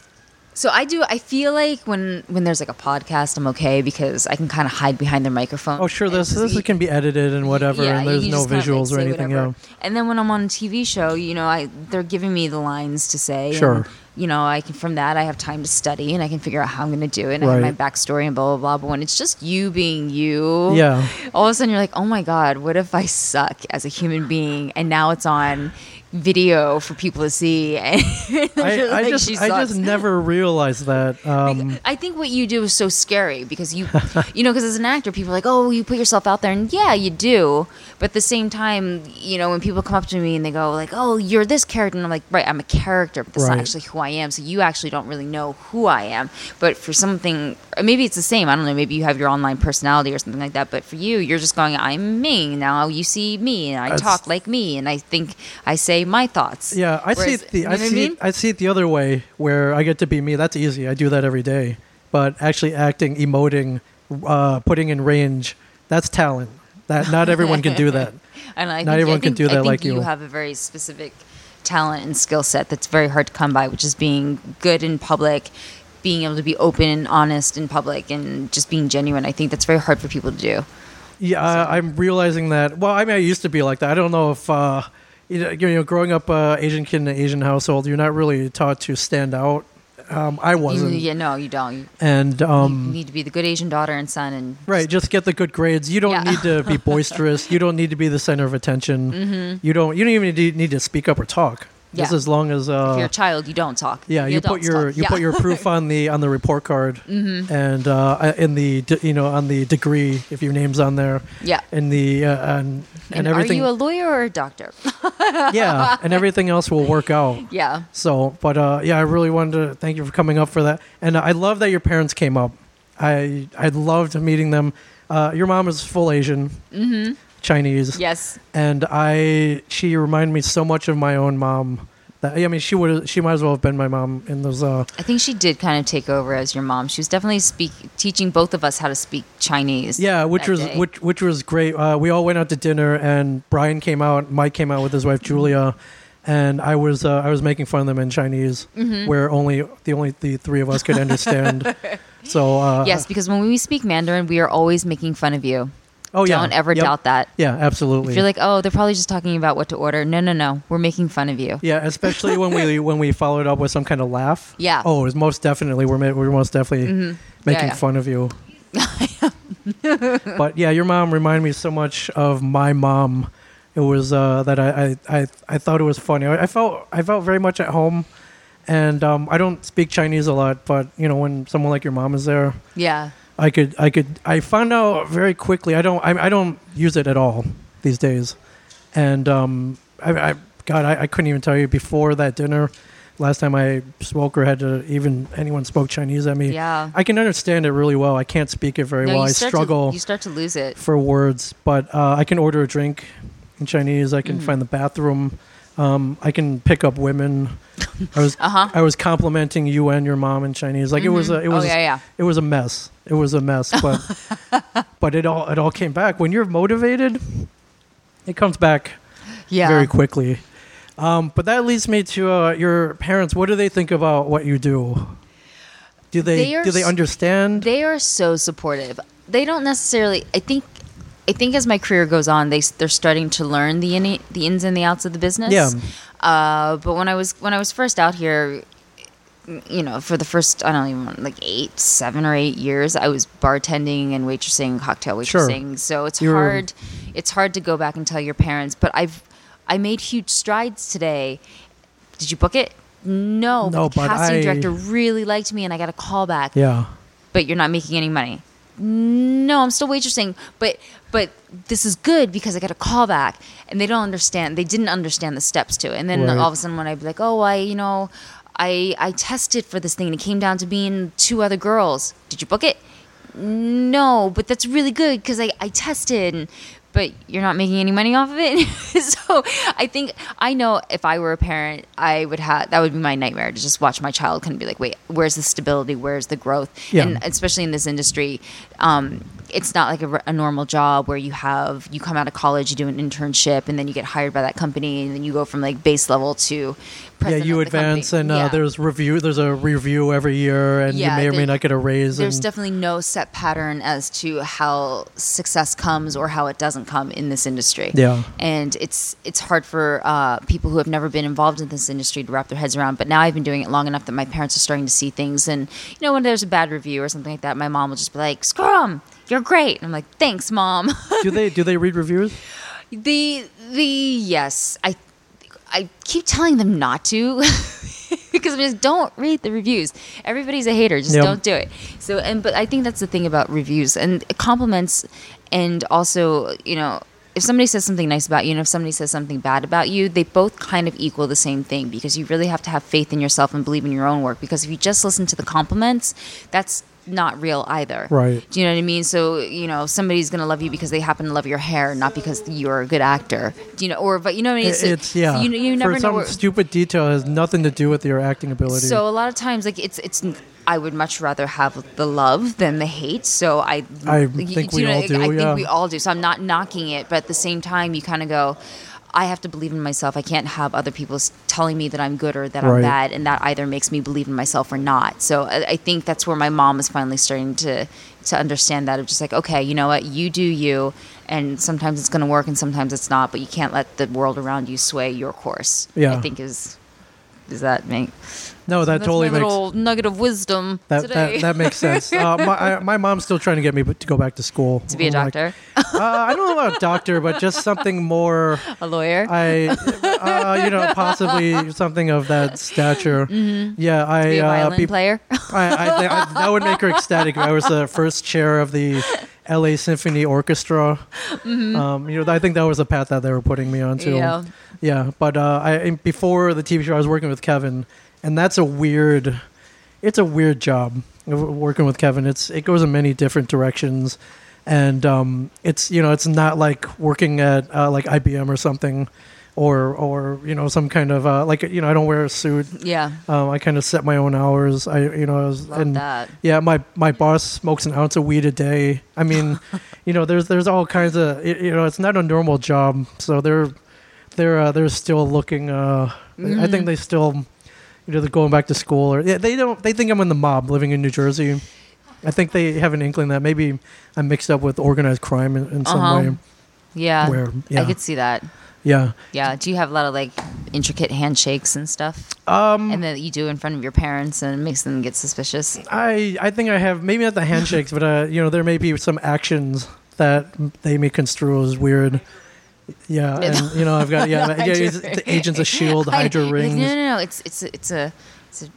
Speaker 6: so I do. I feel like when when there's like a podcast, I'm okay because I can kind of hide behind their microphone.
Speaker 1: Oh, sure.
Speaker 6: And
Speaker 1: This
Speaker 6: just
Speaker 1: this
Speaker 6: eat-
Speaker 1: can be edited and whatever,
Speaker 6: e Yeah,
Speaker 1: and
Speaker 6: you
Speaker 1: there's
Speaker 6: can
Speaker 1: no
Speaker 6: just kinda, like,
Speaker 1: visuals or
Speaker 6: say
Speaker 1: anything.
Speaker 6: whatever.
Speaker 1: Yeah.
Speaker 6: And then when I'm on a TV show, you know, I they're giving me the lines to say. and,
Speaker 1: Sure.
Speaker 6: you know, I can from that I have time to study and I can figure out how I'm going to do it. And I have my
Speaker 1: Right.
Speaker 6: backstory and blah blah blah. But when it's just you being you,
Speaker 1: Yeah.
Speaker 6: all of a sudden you're like, oh my god, what if I suck as a human being? And now it's on. video for people to see. And
Speaker 1: I, I
Speaker 6: like,
Speaker 1: just,
Speaker 6: she
Speaker 1: I
Speaker 6: sucks.
Speaker 1: just never realized that. Um,
Speaker 6: I think what you do is so scary because you, you know, because as an actor, people are like, oh, you put yourself out there, and yeah, you do. But at the same time, you know, when people come up to me and they go like, oh, you're this character, and I'm like, right, I'm a character, but that's
Speaker 1: Right.
Speaker 6: not actually who I am. So you actually don't really know who I am. But for something, or maybe it's the same. I don't know. Maybe you have your online personality or something like that. But for you, you're just going, I'm me now. You see me, and I
Speaker 1: That's-
Speaker 6: talk like me, and I think I say my thoughts.
Speaker 1: yeah, I see
Speaker 6: Whereas-
Speaker 1: it. The,
Speaker 6: you know
Speaker 1: I
Speaker 6: what
Speaker 1: see.
Speaker 6: mean?
Speaker 1: it- I see it the other way, where I get to be me. That's easy. I do that every day. But actually, acting, emoting, uh, putting in range, that's talent. That not everyone can do that.
Speaker 6: And
Speaker 1: Not
Speaker 6: I think,
Speaker 1: everyone
Speaker 6: I
Speaker 1: can
Speaker 6: think-
Speaker 1: do
Speaker 6: I
Speaker 1: that
Speaker 6: think
Speaker 1: like you.
Speaker 6: have a very specific talent and skill set that's very hard to come by, which is being good in public, being able to be open and honest in public, and just being genuine. I think that's very hard for people to do.
Speaker 1: Yeah, I, I'm realizing that. Well, I mean, I used to be like that. I don't know if uh, you know, you know, growing up uh, Asian kid in an Asian household, you're not really taught to stand out. Um, I
Speaker 6: You,
Speaker 1: wasn't,
Speaker 6: yeah, Mm-hmm. no, you don't. You,
Speaker 1: and
Speaker 6: you
Speaker 1: um,
Speaker 6: need to be the good Asian daughter and son, and
Speaker 1: right, just get the good grades. You don't
Speaker 6: Yeah.
Speaker 1: need to be boisterous. you don't need to be the center of attention. You don't. You don't even need- need to speak up or talk. Just
Speaker 6: Mm-hmm. Yeah.
Speaker 1: as long as uh,
Speaker 6: if you're a child, you don't talk.
Speaker 1: Yeah,
Speaker 6: The
Speaker 1: you put
Speaker 6: adults
Speaker 1: your
Speaker 6: talk.
Speaker 1: you
Speaker 6: Yeah. Mm-hmm.
Speaker 1: put your proof on the on the report card and uh, in the de- you know on the degree if your name's on there.
Speaker 6: Yeah.
Speaker 1: and the uh, and, and,
Speaker 6: And
Speaker 1: everything.
Speaker 6: Are you a lawyer or a doctor?
Speaker 1: yeah, and everything else will work out.
Speaker 6: yeah.
Speaker 1: So, but uh, yeah, I really wanted to thank you for coming up for that, and I love that your parents came up. I I loved meeting them. Uh, your mom is full Asian, mm-hmm. Chinese.
Speaker 6: Yes.
Speaker 1: and I she reminded me so much of my own mom. That I mean, she would she might as well have been my mom in those. Uh,
Speaker 6: I think she did kind of take over as your mom. She was definitely speak, teaching both of us how to speak Chinese.
Speaker 1: Yeah, which
Speaker 6: that
Speaker 1: was
Speaker 6: day.
Speaker 1: which which was great. Uh, we all went out to dinner, and Brian came out. Mike came out with his wife
Speaker 6: Mm-hmm.
Speaker 1: Julia, and I was uh, I was making fun of them in Chinese,
Speaker 6: Mm-hmm.
Speaker 1: where only the only the three of us could understand. so uh,
Speaker 6: Yes, because when we speak Mandarin, we are always making fun of you.
Speaker 1: oh yeah,
Speaker 6: Don't ever
Speaker 1: Yep.
Speaker 6: doubt that.
Speaker 1: Yeah, absolutely.
Speaker 6: If you're like, oh, they're probably just talking about what to order. No, no, no. We're making fun of you.
Speaker 1: yeah, especially when we when we followed up with some kind of laugh.
Speaker 6: Yeah. Mm-hmm.
Speaker 1: Oh, it was most definitely we're ma- we're most definitely making
Speaker 6: yeah.
Speaker 1: fun of you. but yeah, your mom reminded me so much of my mom. It was uh, that I, I, I, I thought it was funny. I, I felt I felt very much at home, and um, I don't speak Chinese a lot. But you know, when someone like your mom is there,
Speaker 6: Yeah.
Speaker 1: I could I could I found out very quickly. I don't I, I don't use it at all these days, and um I, I God I, I couldn't even tell you before that dinner. Last time I spoke or had to even anyone spoke Chinese at me.
Speaker 6: Yeah.
Speaker 1: I can understand it really well. I can't speak it very
Speaker 6: No,
Speaker 1: well. I
Speaker 6: you start
Speaker 1: struggle
Speaker 6: To, you start to lose it.
Speaker 1: for words, but uh, I can order a drink in Chinese. I
Speaker 6: Mm.
Speaker 1: can find the bathroom. Um, I can pick up women. I was I was complimenting you and your mom in Chinese. Like it was a it
Speaker 6: Uh-huh. Oh,
Speaker 1: was
Speaker 6: yeah, yeah.
Speaker 1: it was a mess. It was a mess, but but it all it all came back when you're motivated. It comes back
Speaker 6: Yeah.
Speaker 1: very quickly. Um, but that leads me to uh, your parents. What do they think about what you do? Do they,
Speaker 6: They are
Speaker 1: do they
Speaker 6: s-
Speaker 1: understand?
Speaker 6: They are so supportive. They don't necessarily. I think. I think as my career goes on, they s- they're starting to learn the in, the ins and the outs of the business.
Speaker 1: Yeah.
Speaker 6: Uh, but when I was when I was first out here, you know, for the first I don't even like eight, seven or eight years, I was bartending and waitressing, cocktail
Speaker 1: Sure.
Speaker 6: waitressing. So it's
Speaker 1: You were-
Speaker 6: hard. It's hard to go back and tell your parents. But I've I made huge strides today. Did you book it? No,
Speaker 1: No,
Speaker 6: the
Speaker 1: but
Speaker 6: casting
Speaker 1: I-
Speaker 6: director really liked me, and I got a call back
Speaker 1: yeah.
Speaker 6: but you're not making any money. No, I'm still waitressing, but but this is good because I got a call back, and they don't understand. They didn't understand the steps to it, and then
Speaker 1: Right.
Speaker 6: all of a sudden, when I'd be like, "Oh, I, you know, I I tested for this thing, and it came down to me and two other girls. Did you book it? No, but that's really good because I I tested, and, but you're not making any money off of it. so I think I know if I were a parent, I would have that would be my nightmare to just watch my child kind of be like, "Wait, where's the stability? Where's the growth?"
Speaker 1: Yeah.
Speaker 6: And especially in this industry, um, it's not like a, r- a normal job where you have you come out of college, you do an internship, and then you get hired by that company, and then you go from like base level to
Speaker 1: yeah,
Speaker 6: president
Speaker 1: you
Speaker 6: of the company.
Speaker 1: advance, and uh,
Speaker 6: Yeah.
Speaker 1: there's review. There's a review every year, and
Speaker 6: Yeah,
Speaker 1: you may or may
Speaker 6: there-
Speaker 1: not get a raise.
Speaker 6: there's
Speaker 1: and,
Speaker 6: definitely no set pattern as to how success comes or how it doesn't come in this industry.
Speaker 1: Yeah.
Speaker 6: and it's it's hard for uh, people who have never been involved in this industry to wrap their heads around. But now I've been doing it long enough that my parents are starting to see things, and you know when there's a bad review or something like that, my mom will just be like, "Screw 'em, You're great. And I'm like, thanks, mom.
Speaker 1: do they do they read reviews?
Speaker 6: the the yes, I I keep telling them not to because I'm just don't read the reviews. Everybody's a hater. Just
Speaker 1: Yep.
Speaker 6: don't do it. So and but I think that's the thing about reviews and compliments and also, you know, if somebody says something nice about you and if somebody says something bad about you, they both kind of equal the same thing because you really have to have faith in yourself and believe in your own work because if you just listen to the compliments, that's not real either.
Speaker 1: Right.
Speaker 6: Do you know what I mean? So you know somebody's gonna love you because they happen to love your hair, not because you're a good actor. Do you know? Or but you know what I mean?
Speaker 1: It-
Speaker 6: So
Speaker 1: it's yeah.
Speaker 6: You, you never
Speaker 1: For
Speaker 6: know.
Speaker 1: some
Speaker 6: Where,
Speaker 1: stupid detail it has nothing to do with your acting ability.
Speaker 6: so a lot of times, like it's it's. I would much rather have the love than the hate. So I,
Speaker 1: I
Speaker 6: you-
Speaker 1: think we
Speaker 6: you
Speaker 1: all
Speaker 6: I
Speaker 1: do,
Speaker 6: think
Speaker 1: yeah.
Speaker 6: we all do. So I'm not knocking it, but at the same time, you kind of go, I have to believe in myself. I can't have other people s- telling me that I'm good or that I'm
Speaker 1: Right.
Speaker 6: bad, and that either makes me believe in myself or not. So I, I think that's where my mom is finally starting to to understand that of just like, okay, you know what, you do you, and sometimes it's going to work and sometimes it's not, but you can't let the world around you sway your course.
Speaker 1: Yeah.
Speaker 6: I think is. Does that make
Speaker 1: no, that
Speaker 6: that's
Speaker 1: totally
Speaker 6: my
Speaker 1: makes
Speaker 6: little nugget of wisdom
Speaker 1: that,
Speaker 6: today.
Speaker 1: that that makes sense. Uh, my I, my mom's still trying to get me to go back to school
Speaker 6: to be a
Speaker 1: I'm like,
Speaker 6: doctor,
Speaker 1: uh, I don't know about doctor, but just something more.
Speaker 6: a lawyer.
Speaker 1: I, uh, you know, possibly something of that stature. Yeah, I
Speaker 6: Mm-hmm. be a
Speaker 1: uh,
Speaker 6: violin
Speaker 1: be-
Speaker 6: player.
Speaker 1: I, I, think- I, that would make her ecstatic. I was the first chair of the L.A. Symphony Orchestra. Um, you know, I think that was the path that they were putting me onto.
Speaker 6: Yeah.
Speaker 1: Yeah, but uh, I and before the TV show, I was working with Kevin, and that's a weird. It's a weird job uh, working with Kevin. It's it goes in many different directions, and um, it's you know it's not like working at uh, like IBM or something, or or you know some kind of uh, like you know I don't wear a suit.
Speaker 6: yeah,
Speaker 1: Um, I kind of set my own hours. I, you know, I was,
Speaker 6: Love
Speaker 1: and
Speaker 6: that.
Speaker 1: yeah, my, my boss smokes an ounce of weed a day. I mean, you know, there's there's all kinds of y- you know, it's not a normal job. So they're they're uh, they're still looking. Uh, I
Speaker 6: Mm.
Speaker 1: think they still, you know, they're going back to school or yeah, they don't. They think I'm in the mob living in New Jersey. I think they have an inkling that maybe I'm mixed up with organized crime in, in some
Speaker 6: Uh-huh.
Speaker 1: way.
Speaker 6: yeah.
Speaker 1: Where- yeah.
Speaker 6: I could see that.
Speaker 1: Yeah.
Speaker 6: Yeah. Do you have a lot of like intricate handshakes and stuff? Um, and that you do in front of your parents and it makes them get suspicious.
Speaker 1: I I think I have maybe not the handshakes, but uh, you know, there may be some actions that they may construe as weird. Yeah, and, you know, I've got yeah, yeah, he's- the agents of Shield,
Speaker 6: I-
Speaker 1: E Hydra
Speaker 6: like,
Speaker 1: rings.
Speaker 6: No, no, no. It's it's a- it's a it's a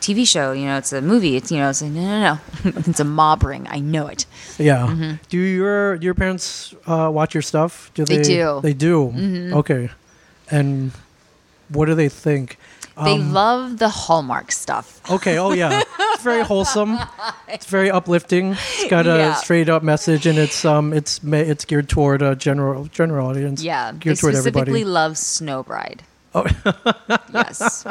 Speaker 6: TV show. You know, it's a movie. It's you know, it's like no, no, no. it's a mob ring. I know it.
Speaker 1: Yeah. Do your do your parents uh, watch your stuff? Do
Speaker 6: They do. Mm-hmm.
Speaker 1: They do. Okay. And what do they think?
Speaker 6: They love the Hallmark stuff.
Speaker 1: Okay. Oh yeah. It's very wholesome. It's very uplifting. It's got a
Speaker 6: Yeah.
Speaker 1: straight up message, and it's um it's ma- it's geared toward a general general audience.
Speaker 6: Yeah, they
Speaker 1: Geared toward everybody.
Speaker 6: specifically love Snow Bride. Oh, yes.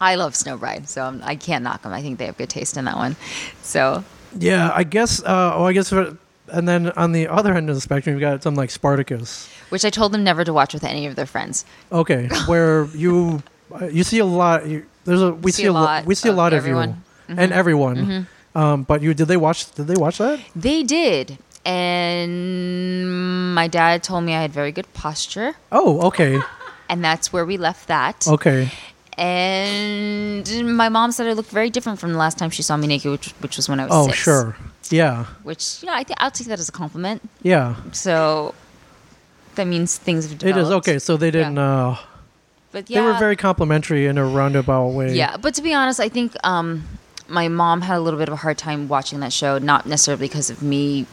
Speaker 6: I love Snow Bride, so I'm, I can't knock them. I think they have good taste in that one. So
Speaker 1: Yeah, I guess. Uh, well, I guess. For, and then on the other end of the spectrum, you've got something like Spartacus.
Speaker 6: which I told them never to watch with any of their friends.
Speaker 1: Okay, where you uh, you see a lot. You, there's a we see, a lot. we see a lot of
Speaker 6: everyone. Mm-hmm.
Speaker 1: you and everyone. Um, but you did they watch? Did they watch that?
Speaker 6: They did, and my dad told me I had very good posture,
Speaker 1: Oh, okay,
Speaker 6: and that's where we left that.
Speaker 1: okay.
Speaker 6: And my mom said I looked very different from the last time she saw me naked, which, which was when I was
Speaker 1: Oh,
Speaker 6: six.
Speaker 1: sure. Yeah,
Speaker 6: Which you know, I think I'll take that as a compliment.
Speaker 1: yeah.
Speaker 6: So that means things have
Speaker 1: It
Speaker 6: developed.
Speaker 1: is okay. So they didn't. Uh,
Speaker 6: But
Speaker 1: they
Speaker 6: yeah,
Speaker 1: were very complimentary in a roundabout way.
Speaker 6: yeah. But to be honest, I think um, my mom had a little bit of a hard time watching that show, not necessarily because of me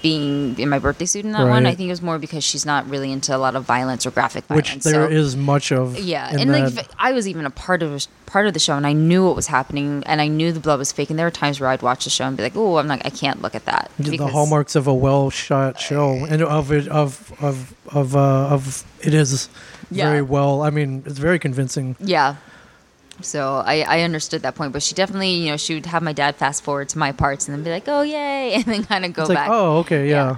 Speaker 6: being in my birthday suit in that one.
Speaker 1: Right.
Speaker 6: I think it was more because she's not really into a lot of violence or graphic violence.
Speaker 1: which there
Speaker 6: so-
Speaker 1: is much of.
Speaker 6: Yeah,
Speaker 1: in
Speaker 6: and like
Speaker 1: that.
Speaker 6: if I was even a part of part of the show, and I knew what was happening, and I knew the blood was fake. And there were times where I'd watch the show and be like, "Oh, I'm not, I can't look at that."
Speaker 1: the
Speaker 6: because-
Speaker 1: hallmarks of a well shot show and of it of of of uh, of it is
Speaker 6: Yeah.
Speaker 1: very well i mean it's very convincing
Speaker 6: Yeah. So I, I understood that point, but she definitely, you know, she would have my dad fast forward to my parts and then be like, "Oh yay," and then kind of go
Speaker 1: it's like
Speaker 6: back.
Speaker 1: oh okay yeah.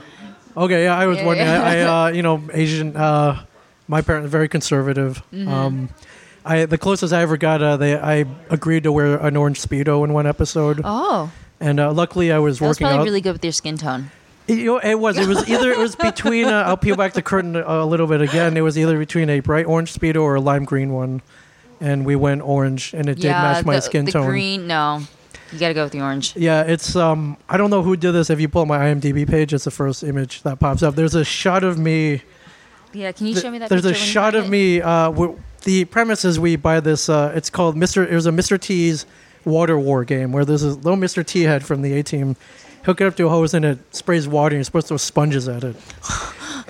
Speaker 1: okay yeah i was
Speaker 6: Yeah,
Speaker 1: wondering
Speaker 6: yeah.
Speaker 1: i, I uh, you know asian uh, my parents are very conservative
Speaker 6: Mm-hmm.
Speaker 1: um I, the closest I ever got, uh, they I agreed to wear an orange speedo in one episode,
Speaker 6: Oh,
Speaker 1: and uh, luckily I was
Speaker 6: that was
Speaker 1: working
Speaker 6: probably
Speaker 1: out.
Speaker 6: really good with your skin tone.
Speaker 1: You know, it was. It was either it was between. Uh, I'll peel back the curtain a, a little bit again. It was either between a bright orange speedo or a lime green one, and we went orange, and it did
Speaker 6: yeah,
Speaker 1: match my
Speaker 6: the,
Speaker 1: skin
Speaker 6: the
Speaker 1: tone.
Speaker 6: green, no, you got to go with the orange.
Speaker 1: Yeah, it's um. I don't know who did this. If you pull up my IMDb page, it's the first image that pops up. There's a shot of me
Speaker 6: Yeah, can you show me that?
Speaker 1: There's a
Speaker 6: picture when you
Speaker 1: shot
Speaker 6: find
Speaker 1: of
Speaker 6: it?
Speaker 1: me. Uh, w- the premise is we buy this. Uh, it's called Mr. It was a Mr. T's water war game where there's a little Mr. T head from the A team, hook it up to a hose and it sprays water and you're supposed to throw sponges at it.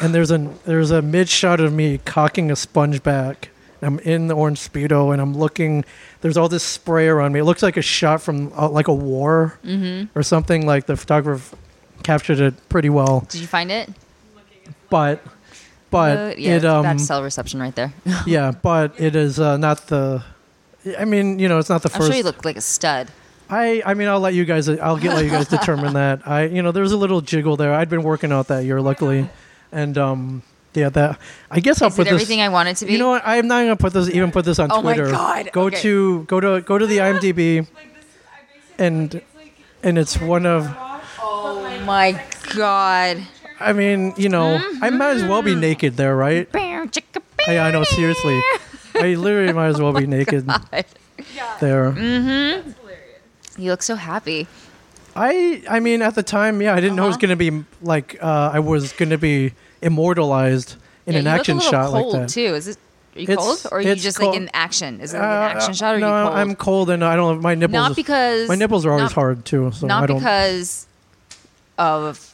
Speaker 1: and there's a there's a mid shot of me cocking a sponge back. I'm in the orange speedo and I'm looking. There's all this spray around me. It looks like a shot from uh, like a war
Speaker 6: Mm-hmm.
Speaker 1: or something. Like the photographer captured it pretty well,
Speaker 6: Did you find it?
Speaker 1: but.
Speaker 6: Uh,
Speaker 1: But
Speaker 6: yeah,
Speaker 1: it
Speaker 6: it's
Speaker 1: um
Speaker 6: back cell reception right there.
Speaker 1: yeah, but it is uh, not the. I mean, you know, it's not the
Speaker 6: I'm
Speaker 1: first.
Speaker 6: sure you look like a stud.
Speaker 1: I, I mean, I'll let you guys. I'll get let you guys determine that. I, you know, there's a little jiggle there. I'd been working out that year, luckily, and um, yeah, that. I guess I'll
Speaker 6: Is
Speaker 1: put
Speaker 6: it
Speaker 1: this.
Speaker 6: everything I want it to be?
Speaker 1: you know what? I'm not gonna put this. Even put this on
Speaker 6: Oh my
Speaker 1: Twitter.
Speaker 6: God,
Speaker 1: Go
Speaker 6: okay.
Speaker 1: to go to go to the IMDb, and and it's one of.
Speaker 6: Oh my god.
Speaker 1: I mean, you know, I might as well be
Speaker 6: Mm-hmm.
Speaker 1: naked there, right? Yeah, I know. Seriously, I literally might as well be naked
Speaker 6: Mm.
Speaker 1: there.
Speaker 6: You look so happy.
Speaker 1: I I mean at the time, yeah, I didn't know it was
Speaker 6: Uh-huh.
Speaker 1: gonna be like uh, I was gonna be immortalized in
Speaker 6: Yeah,
Speaker 1: an
Speaker 6: you look
Speaker 1: action
Speaker 6: a little
Speaker 1: shot
Speaker 6: cold
Speaker 1: like that.
Speaker 6: too. Is it? Are you
Speaker 1: It's-
Speaker 6: cold, or are you
Speaker 1: it's
Speaker 6: just
Speaker 1: cold.
Speaker 6: like in action? Is it like
Speaker 1: Uh,
Speaker 6: an action shot, or are
Speaker 1: no,
Speaker 6: you cold?
Speaker 1: I'm cold and I don't. have My nipples.
Speaker 6: Not because-
Speaker 1: my nipples are always
Speaker 6: not-
Speaker 1: hard too. So I
Speaker 6: Not
Speaker 1: don't.
Speaker 6: because of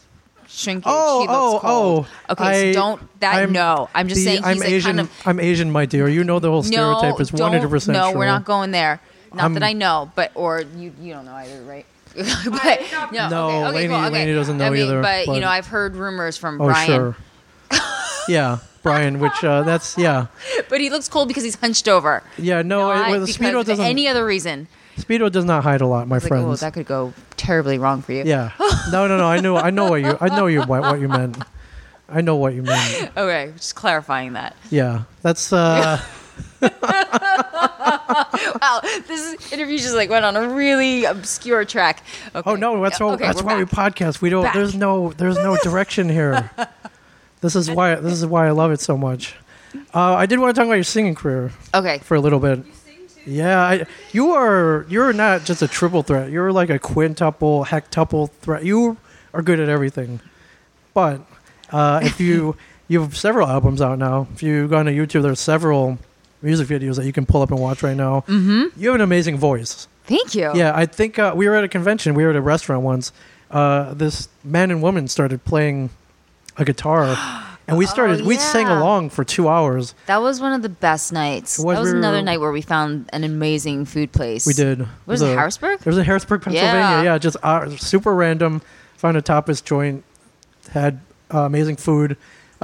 Speaker 6: shrinkage.
Speaker 1: Oh,
Speaker 6: he looks
Speaker 1: oh,
Speaker 6: cold.
Speaker 1: oh!
Speaker 6: Okay,
Speaker 1: I-
Speaker 6: so don't that.
Speaker 1: I'm
Speaker 6: no, I'm just
Speaker 1: the-
Speaker 6: saying he's
Speaker 1: I'm
Speaker 6: like
Speaker 1: Asian.
Speaker 6: kind of
Speaker 1: I'm Asian, my dear. You know the whole stereotype
Speaker 6: no,
Speaker 1: is 100 percent
Speaker 6: No,
Speaker 1: true.
Speaker 6: we're not going there. Not that
Speaker 1: I'm-
Speaker 6: I know, but or you you don't know either, right? but no,
Speaker 1: No,
Speaker 6: okay, okay,
Speaker 1: Lainey-
Speaker 6: cool, okay.
Speaker 1: Lainey doesn't know
Speaker 6: I mean,
Speaker 1: either,
Speaker 6: But,
Speaker 1: but-
Speaker 6: you know, I've heard rumors from
Speaker 1: Oh
Speaker 6: Brian.
Speaker 1: sure. yeah, Brian. Which uh, that's yeah,
Speaker 6: But he looks cold because he's hunched over.
Speaker 1: yeah. No, it-
Speaker 6: Not
Speaker 1: well, the
Speaker 6: because
Speaker 1: speedo
Speaker 6: of
Speaker 1: doesn't.
Speaker 6: any other reason.
Speaker 1: speedo does not hide a lot, my
Speaker 6: It's like,
Speaker 1: friends.
Speaker 6: oh, that could go terribly wrong for you.
Speaker 1: Yeah. No, no, no. I knew. I know what you. I know you. What, what you meant. I know what you meant.
Speaker 6: Okay, just clarifying that.
Speaker 1: Yeah. That's. uh
Speaker 6: Wow, this interview just like went on a really obscure track. Okay.
Speaker 1: Oh no. That's
Speaker 6: Yeah,
Speaker 1: why.
Speaker 6: okay,
Speaker 1: that's
Speaker 6: we're
Speaker 1: why
Speaker 6: back.
Speaker 1: we podcast. We don't.
Speaker 6: Back.
Speaker 1: There's no. There's no direction here. This is why. This is why I love it so much. Uh, I did want to talk about your singing career
Speaker 6: Okay,
Speaker 1: for a little bit. Yeah, I, you are. You're not just a triple threat. You're like a quintuple, hectuple threat. You are good at everything. But uh, if you you have several albums out now, if you go on to YouTube, there's several music videos that you can pull up and watch right now. Mm-hmm. You have an amazing voice.
Speaker 6: thank you.
Speaker 1: Yeah, I think uh, we were at a convention. We were at a restaurant once. Uh, this man and woman started playing a guitar, and we started. We sang
Speaker 6: yeah.
Speaker 1: along for two hours.
Speaker 6: That was one of the best nights.
Speaker 1: It was
Speaker 6: that was
Speaker 1: very-
Speaker 6: another night where we found an amazing food place.
Speaker 1: We did.
Speaker 6: Was
Speaker 1: There's
Speaker 6: it
Speaker 1: a-
Speaker 6: Harrisburg?
Speaker 1: There was a Harrisburg, Pennsylvania. Yeah,
Speaker 6: Yeah.
Speaker 1: just uh, super random. Found a tapas joint. Had uh, amazing food. Uh,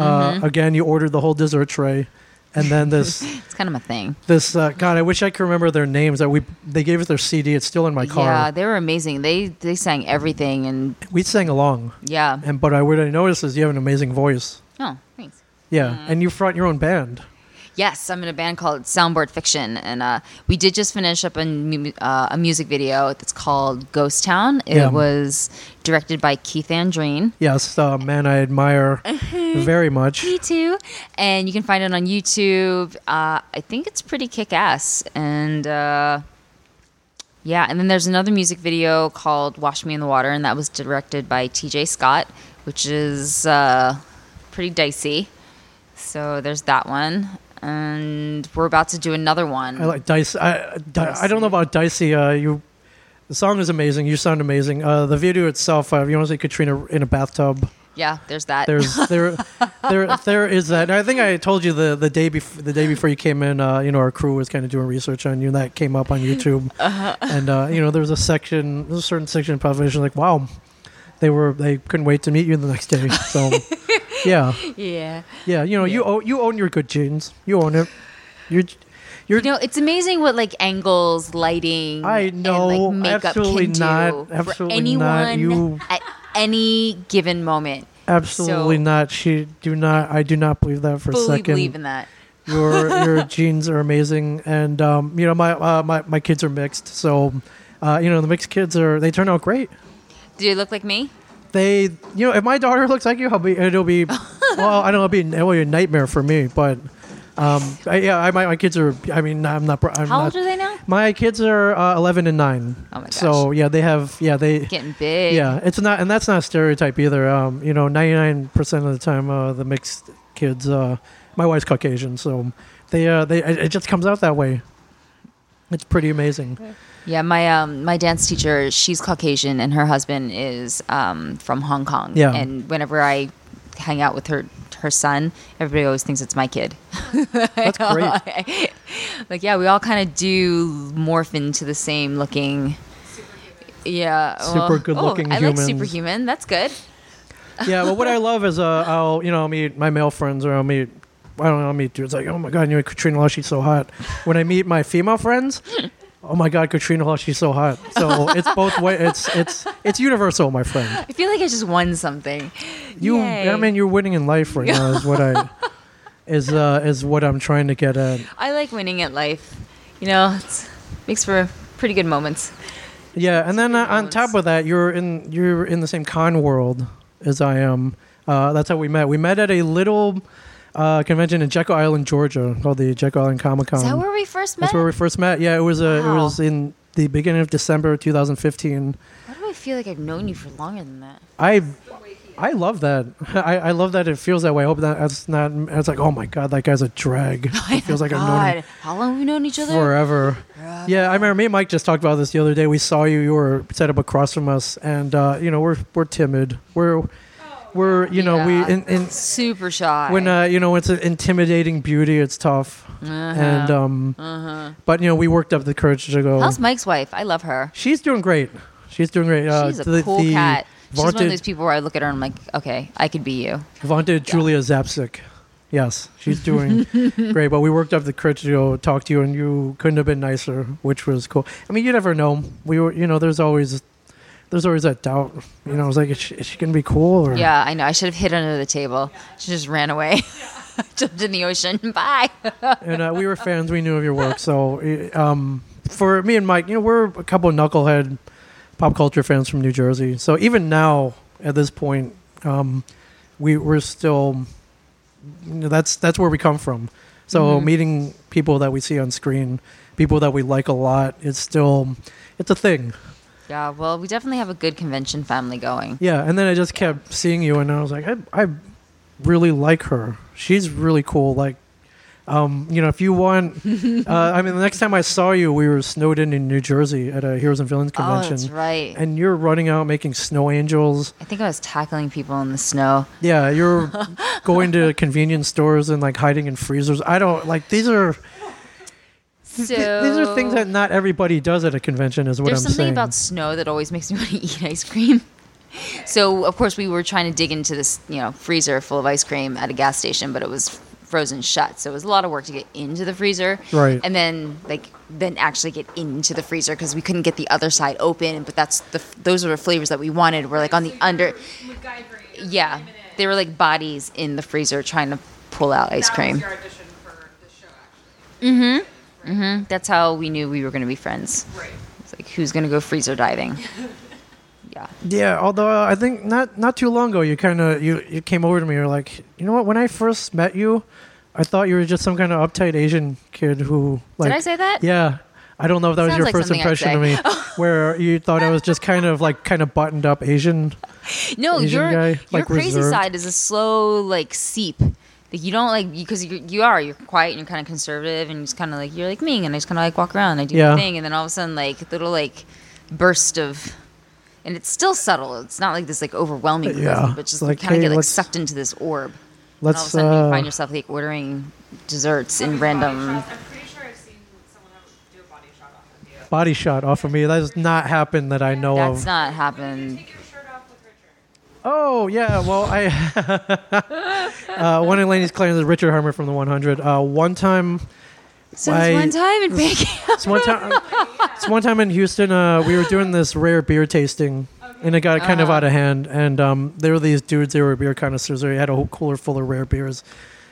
Speaker 6: Mm-hmm.
Speaker 1: Again, you ordered the whole dessert tray, and then this
Speaker 6: It's kind of a thing.
Speaker 1: this uh, God, I wish I could remember their names. That we they gave us their CD. It's still in my car.
Speaker 6: Yeah, they were amazing. They they sang everything and
Speaker 1: we sang along,
Speaker 6: yeah.
Speaker 1: and but I what I noticed is you have an amazing voice.
Speaker 6: Oh, thanks.
Speaker 1: Yeah,
Speaker 6: Mm-hmm.
Speaker 1: and you front your own band.
Speaker 6: Yes, I'm in a band called Soundboard Fiction, and uh, we did just finish up a, mu- uh, a music video that's called Ghost Town. It
Speaker 1: Yeah.
Speaker 6: was directed by Keith Andreen.
Speaker 1: Yes, a man I admire very much.
Speaker 6: Me too. And you can find it on YouTube. Uh, I think it's pretty kick ass. And uh, yeah, and then there's another music video called Wash Me in the Water, and that was directed by TJ Scott, which is uh, pretty dicey. So there's that one. And we're about to do another one.
Speaker 1: I like Dice. I, Di- I don't know about Dicey. Uh, you, the song is amazing. You sound amazing. Uh, the video itself. Uh, you want to see Katrina in a bathtub?
Speaker 6: yeah, there's that.
Speaker 1: There's there, there, there is that. And I think I told you the the day before the day before you came in. Uh, you know, our crew was kind of doing research on you, and that came up on YouTube.
Speaker 6: Uh-huh.
Speaker 1: And uh, you know, there was a section, there's a certain section of population like, wow, they were they couldn't wait to meet you the next day. So, yeah,
Speaker 6: yeah.
Speaker 1: yeah. You know, you own, you own your good genes. You own it. You're. You're,
Speaker 6: You know, it's amazing what like angles, lighting,
Speaker 1: I
Speaker 6: and,
Speaker 1: know,
Speaker 6: like, makeup
Speaker 1: absolutely
Speaker 6: can do
Speaker 1: not,
Speaker 6: for
Speaker 1: absolutely
Speaker 6: anyone
Speaker 1: not, you-
Speaker 6: at any given moment.
Speaker 1: Absolutely
Speaker 6: So-
Speaker 1: not. She do not. I do not believe that for a
Speaker 6: Fully
Speaker 1: second.
Speaker 6: believe in that.
Speaker 1: your your genes are amazing, and um, you know my, uh, my my kids are mixed, so uh, you know the mixed kids are they turn out great.
Speaker 6: Do you look like me?
Speaker 1: They you know if my daughter looks like you, I'll be, it'll be well I don't know it'll be, it'll be a nightmare for me, but um, I, yeah, I, my my kids are. I mean, I'm not. I'm
Speaker 6: How
Speaker 1: not,
Speaker 6: old are they now?
Speaker 1: My kids are uh, 11 and nine.
Speaker 6: Oh my gosh.
Speaker 1: So yeah, they have yeah they
Speaker 6: Getting big.
Speaker 1: yeah, it's not, and that's not a stereotype either. Um, you know, ninety nine percent of the time, uh, the mixed kids. Uh, my wife's Caucasian, so they uh, they it it just comes out that way. It's pretty amazing.
Speaker 6: Yeah, my um, my dance teacher, she's Caucasian, and her husband is um, from Hong Kong.
Speaker 1: Yeah.
Speaker 6: And whenever I hang out with her her son, everybody always thinks it's my kid.
Speaker 1: That's great.
Speaker 6: like, yeah, we all kind of do morph into the same looking. Yeah.
Speaker 1: Super
Speaker 6: well-
Speaker 1: good-looking
Speaker 6: oh, I
Speaker 1: humans.
Speaker 6: like superhuman. That's good.
Speaker 1: yeah, but what I love is uh, I'll you know I'll meet my male friends or I'll meet I don't know I'll meet dudes like oh my god you know Katrina Lush she's so hot. When I meet my female friends, oh my god Katrina Lush she's so hot. So it's both way it's it's it's universal, my friend.
Speaker 6: I feel like I just won something.
Speaker 1: You
Speaker 6: Yay.
Speaker 1: I mean you're winning in life right now is what I is uh is what I'm trying to get at.
Speaker 6: I like winning at life. You know, it makes for pretty good moments.
Speaker 1: Yeah, and then uh, on top of that, you're in you're in the same con world as I am. Uh, that's how we met. We met at a little uh, convention in Jekyll Island, Georgia, called the Jekyll Island Comic Con.
Speaker 6: Is that where we first met?
Speaker 1: Um, That's where we first met. Yeah, it was uh, it
Speaker 6: Wow.
Speaker 1: was in the beginning of December 2015.
Speaker 6: Why do I feel like I've known you for longer than that?
Speaker 1: I I love that. I, I love that it feels that way. I hope that that's not. It's like oh my god, that guy's a drag. It feels like I've known him
Speaker 6: Oh God, how long have we known each other?
Speaker 1: forever. Yeah, I remember me and Mike just talked about this the other day. We saw you. You were set up across from us, and uh, you know we're we're timid. We're we're you know
Speaker 6: Oh, Yeah.
Speaker 1: we in, in,
Speaker 6: Super shy.
Speaker 1: when uh, you know it's an intimidating beauty. It's tough,
Speaker 6: Uh-huh.
Speaker 1: and um, but you know we worked up the courage to go.
Speaker 6: How's Mike's wife? I love her.
Speaker 1: She's doing great. She's doing great. Uh,
Speaker 6: She's a
Speaker 1: the,
Speaker 6: cool
Speaker 1: the
Speaker 6: cat. She's one of
Speaker 1: Vaunted,
Speaker 6: those people where I look at her and I'm like, okay, I could be you.
Speaker 1: vaunted Julia Zapsik. Yes, she's doing great. But we worked up the courage to go talk to you, and you couldn't have been nicer, which was cool. I mean, you never know. We were, you know, there's always, there's always that doubt. You know, I was like, is she, is she gonna be cool? Or?
Speaker 6: Yeah, I know. I should have hid under the table. She just ran away. Jumped in the ocean. Bye.
Speaker 1: and uh, we were fans. We knew of your work. So, uh, um, for me and Mike, you know, we're a couple of knucklehead pop culture fans from New Jersey. So even now, at this point, um, we we're still you know, that's that's where we come from. So meeting people that we see on screen, people that we like a lot, it's still it's a thing.
Speaker 6: Yeah, well, we definitely have a good convention family going.
Speaker 1: Yeah, and then I just kept seeing you, and I was like, I, I really like her. She's really cool. Like, um, you know, if you want, uh, I mean, the next time I saw you, we were snowed in in New Jersey at a Heroes and Villains
Speaker 6: Oh,
Speaker 1: convention,
Speaker 6: that's right.
Speaker 1: and you're running out making snow angels.
Speaker 6: I think I was tackling people in the snow.
Speaker 1: Yeah, you're going to convenience stores and like hiding in freezers. I don't like these are
Speaker 6: So
Speaker 1: th- these are things that not everybody does at a convention. Is what
Speaker 6: There's
Speaker 1: I'm
Speaker 6: something
Speaker 1: saying.
Speaker 6: about snow that always makes me want to eat ice cream. So of course we were trying to dig into this, you know, freezer full of ice cream at a gas station, but it was frozen shut. So it was a lot of work to get into the freezer,
Speaker 1: Right.
Speaker 6: And then like then actually get into the freezer because we couldn't get the other side open. But that's the those are the flavors that we wanted. We're like on the under, yeah. They were like bodies in the freezer trying to pull out ice cream.
Speaker 7: audition for the show,
Speaker 6: That's how we knew we were going to be friends.
Speaker 7: actually.
Speaker 6: It's like who's going to go freezer diving? yeah.
Speaker 1: Yeah, although uh, I think not not too long ago, you kind of you you came over to me. You're like, you know what? When I first met you, I thought you were just some kind of uptight Asian kid who like.
Speaker 6: I say that?
Speaker 1: Yeah. I don't know if that was
Speaker 6: Sounds
Speaker 1: your
Speaker 6: like
Speaker 1: first
Speaker 6: something I'd
Speaker 1: impression of me, where you thought I was just kind of like kind of buttoned up Asian.
Speaker 6: No,
Speaker 1: Asian
Speaker 6: your
Speaker 1: guy,
Speaker 6: your
Speaker 1: like,
Speaker 6: crazy
Speaker 1: reserved.
Speaker 6: side is a slow like seep. Like you don't like because you, you are you're quiet and you're kind of conservative and you're just kind of like you're like me and I just kind of like walk around and I do
Speaker 1: Yeah.
Speaker 6: my thing and then all of a sudden like little like burst of and it's still subtle. It's not like this like overwhelming,
Speaker 1: Yeah.
Speaker 6: present, but just
Speaker 1: It's like,
Speaker 6: kind of
Speaker 1: hey,
Speaker 6: get like
Speaker 1: let's-
Speaker 6: sucked into this orb. and all of a
Speaker 1: Let's
Speaker 6: sudden you
Speaker 1: uh,
Speaker 6: find yourself like ordering desserts in
Speaker 7: Body
Speaker 6: random.
Speaker 7: shots. I'm pretty sure I've seen someone else do a body shot off of you.
Speaker 1: body shot off of me. That has not happened that I know
Speaker 6: That's
Speaker 1: of.
Speaker 6: not happened.
Speaker 7: Take your shirt off with Richard.
Speaker 1: Oh yeah, well I uh, one of Lainey's clients is Richard Harmer from the 100. Uh, one time
Speaker 6: So
Speaker 1: Why-
Speaker 6: there's one time in Bangkok.
Speaker 1: It's one time. it's one time in Houston. Uh, we were doing this rare beer tasting, and it got
Speaker 6: Ah.
Speaker 1: kind of out of hand. And um, there were these dudes. They were beer connoisseurs. They had a whole cooler full of rare beers,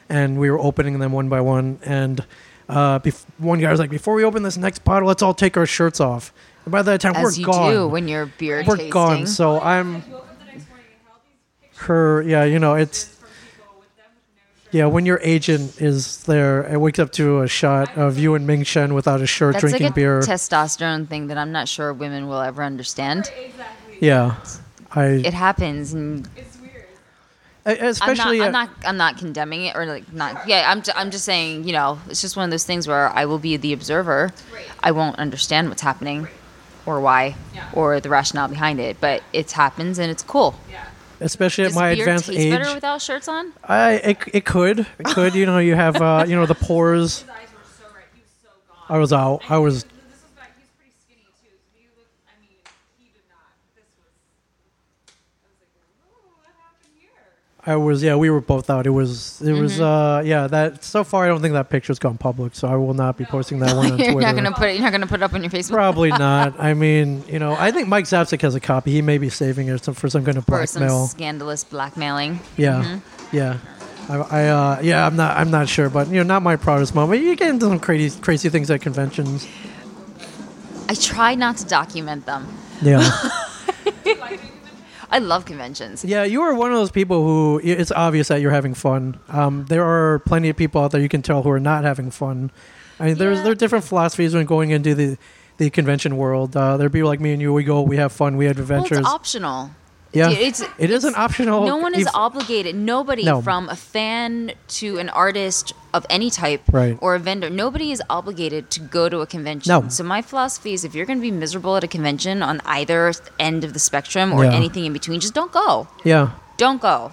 Speaker 1: and we were opening them one by one. And uh, bef- one guy was like, "Before we open this next bottle, let's all take our shirts off." And by that time,
Speaker 6: As
Speaker 1: we're
Speaker 6: you
Speaker 1: gone.
Speaker 6: do when you're beer
Speaker 1: we're
Speaker 6: tasting.
Speaker 1: gone. So I'm
Speaker 7: Woke up the next morning and held these pictures
Speaker 1: her. Yeah, you know it's.
Speaker 7: from people with them with no shirt.
Speaker 1: Yeah, when your agent is there and wakes up to a shot of you and Ming Shen without a shirt
Speaker 6: That's
Speaker 1: drinking
Speaker 6: like a
Speaker 1: beer.
Speaker 6: testosterone thing that I'm not sure women will ever understand.
Speaker 7: Exactly.
Speaker 1: yeah. I
Speaker 6: It happens, and
Speaker 7: It's weird.
Speaker 1: especially
Speaker 6: I'm
Speaker 1: uh,
Speaker 6: not, I'm not I'm not condemning it or like not yeah I'm ju- I'm just saying you know it's just one of those things where I will be the observer I won't understand what's happening or why or the rationale behind it but it happens and it's cool
Speaker 1: especially at
Speaker 6: Does
Speaker 1: my
Speaker 6: beer
Speaker 1: advanced
Speaker 6: taste
Speaker 1: age.
Speaker 6: better without shirts on
Speaker 1: I it, it could it could you know you have uh, you know the pores.
Speaker 7: His eyes were so red. He was so gone.
Speaker 1: I was out. I was
Speaker 7: This was back. He was pretty skinny too. So he looked. I mean, he did not. This was. I was like, ooh, what happened here?
Speaker 1: I was yeah we were both out. It was it
Speaker 6: Mm-hmm.
Speaker 1: was uh yeah that so far I don't think that picture's gone public so I will not be posting that one on
Speaker 6: you're
Speaker 1: Twitter.
Speaker 6: not gonna put it you're not gonna put it up on your Facebook
Speaker 1: Probably not. I mean, you know, I think Mike Zapsik has a copy. He may be saving it some- for some kind of
Speaker 6: for some
Speaker 1: blackmail.
Speaker 6: scandalous blackmailing
Speaker 1: Yeah,
Speaker 6: Mm-hmm.
Speaker 1: yeah. I, I uh, yeah, I'm not, I'm not sure, but you know, not my proudest moment. You get into some crazy, crazy things at conventions.
Speaker 6: I try not to document them
Speaker 1: Yeah,
Speaker 6: I love conventions
Speaker 1: yeah. You are one of those people who it's obvious that you're having fun. Um, there are plenty of people out there you can tell who are not having fun. I mean, there's
Speaker 6: Yeah.
Speaker 1: there are different philosophies when going into the the convention world. Uh, there are people like me and you. We go, we have fun, we have
Speaker 6: well,
Speaker 1: adventures.
Speaker 6: it's optional
Speaker 1: yeah,
Speaker 6: it's-
Speaker 1: it is an optional.
Speaker 6: no one is
Speaker 1: if-
Speaker 6: obligated. Nobody
Speaker 1: No.
Speaker 6: from a fan to an artist of any type
Speaker 1: Right.
Speaker 6: or a vendor. Nobody is obligated to go to a convention.
Speaker 1: No.
Speaker 6: So my philosophy is if you're going to be miserable at a convention on either end of the spectrum or
Speaker 1: Yeah.
Speaker 6: anything in between, just don't go.
Speaker 1: Yeah,
Speaker 6: Don't go.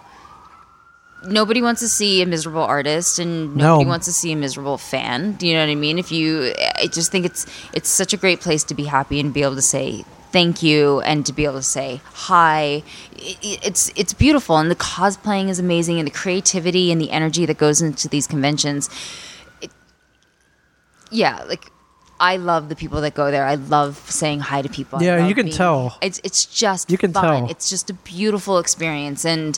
Speaker 6: Nobody wants to see a miserable artist and nobody
Speaker 1: No.
Speaker 6: wants to see a miserable fan. Do you know what I mean? If you I just think it's it's such a great place to be happy and be able to say thank you and to be able to say hi. I- i- It's it's beautiful and the cosplaying is amazing and the creativity and the energy that goes into these conventions. It, yeah, like I love the people that go there. I love saying hi to people. I
Speaker 1: Yeah,
Speaker 6: love
Speaker 1: you can tell.
Speaker 6: It's it's just
Speaker 1: You can
Speaker 6: fun.
Speaker 1: tell.
Speaker 6: It's just a beautiful experience and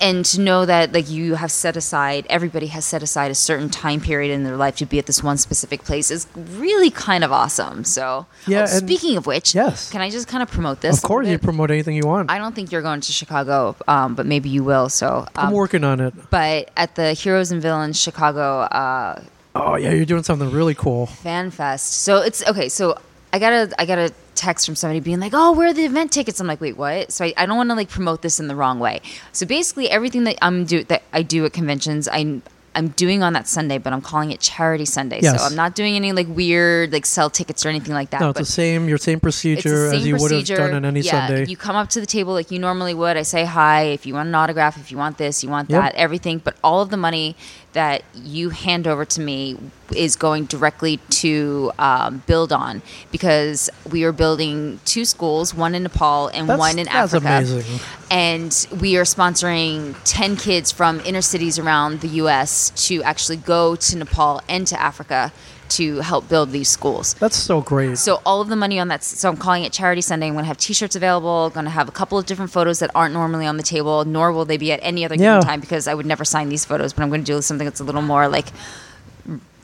Speaker 6: and to know that like you have set aside everybody has set aside a certain time period in their life to be at this one specific place is really kind of awesome. So
Speaker 1: Yeah,
Speaker 6: Oh,
Speaker 1: and-
Speaker 6: speaking of which,
Speaker 1: Yes.
Speaker 6: can I just kind of promote this?
Speaker 1: of course you promote anything you want.
Speaker 6: I don't think you're going to Chicago, um, but maybe you will. So,
Speaker 1: I'm
Speaker 6: um,
Speaker 1: working on it.
Speaker 6: but at the Heroes and Villains Chicago uh,
Speaker 1: Oh yeah, you're doing something really cool.
Speaker 6: Fan Fest. So it's okay. So I got a I got a text from somebody being like, "Oh, where are the event tickets?" I'm like, "Wait, what?" So I, I don't want to like promote this in the wrong way. So basically, everything that I'm do that I do at conventions, I. I'm doing on that Sunday, but I'm calling it Charity Sunday.
Speaker 1: Yes.
Speaker 6: So I'm not doing any like weird like sell tickets or anything like that.
Speaker 1: No, it's
Speaker 6: but
Speaker 1: the same your same
Speaker 6: it's the
Speaker 1: procedure as
Speaker 6: same
Speaker 1: you would have
Speaker 6: procedure.
Speaker 1: done on any
Speaker 6: yeah,
Speaker 1: Sunday.
Speaker 6: You come up to the table like you normally would. I say hi. If you want an autograph, if you want this, you want
Speaker 1: Yep.
Speaker 6: that, everything. But all of the money that you hand over to me is going directly to um, build on because we are building two schools, one in Nepal and
Speaker 1: That's-
Speaker 6: one in
Speaker 1: that's
Speaker 6: Africa.
Speaker 1: amazing.
Speaker 6: And we are sponsoring 10 kids from inner cities around the U.S. to actually go to Nepal and to Africa to help build these schools.
Speaker 1: That's so great.
Speaker 6: So all of the money on that. So I'm calling it Charity Sunday. I'm going to have T-shirts available. Going to have a couple of different photos that aren't normally on the table, nor will they be at any other
Speaker 1: Yeah.
Speaker 6: given time because I would never sign these photos. But I'm going to do something that's a little more like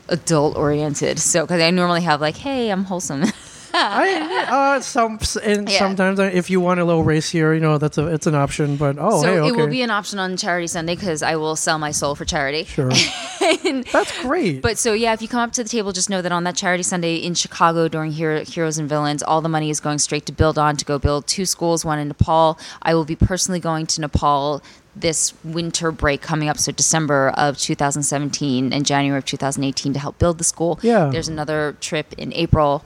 Speaker 6: adult oriented. So because I normally have like, hey, I'm wholesome.
Speaker 1: I, uh, some and
Speaker 6: Yeah.
Speaker 1: sometimes I- if you want a little racier, you know that's a it's an option. But oh,
Speaker 6: so
Speaker 1: hey, okay,
Speaker 6: it will be an option on Charity Sunday because I will sell my soul for charity.
Speaker 1: sure. that's great.
Speaker 6: But so yeah, if you come up to the table, just know that on that charity Sunday in Chicago during Hero, Heroes and Villains, all the money is going straight to build on to go build two schools, one in Nepal. I will be personally going to Nepal this winter break coming up, so December of 2017 and January of 2018 to help build the school.
Speaker 1: Yeah.
Speaker 6: there's another trip in April.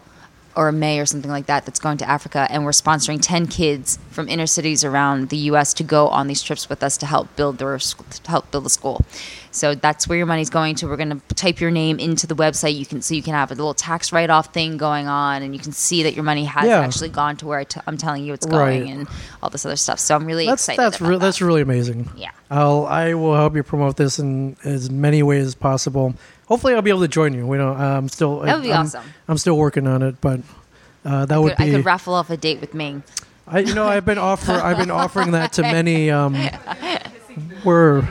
Speaker 6: Or May or something like that that's going to Africa, and we're sponsoring ten kids from inner cities around the U.S. to go on these trips with us to help build their sc- to help build the school. So that's where your money's going to. We're going to type your name into the website. You can so you can have a little tax write off thing going on, and you can see that your money has
Speaker 1: Yeah.
Speaker 6: actually gone to where I t- I'm telling you it's
Speaker 1: Right.
Speaker 6: going, and all this other stuff. So I'm really
Speaker 1: that's
Speaker 6: excited.
Speaker 1: that's
Speaker 6: about
Speaker 1: re-
Speaker 6: that.
Speaker 1: that's really amazing.
Speaker 6: Yeah.
Speaker 1: I'll I will help you promote this in as many ways as possible. Hopefully, I'll be able to join you. We don't. I'm still.
Speaker 6: That would be
Speaker 1: I'm-
Speaker 6: awesome.
Speaker 1: I'm still working on it, but uh, that would
Speaker 6: Could- I
Speaker 1: be.
Speaker 6: could raffle off a date with Ming.
Speaker 1: I, you know, I've been offer, I've been offering that to many. Um, we're,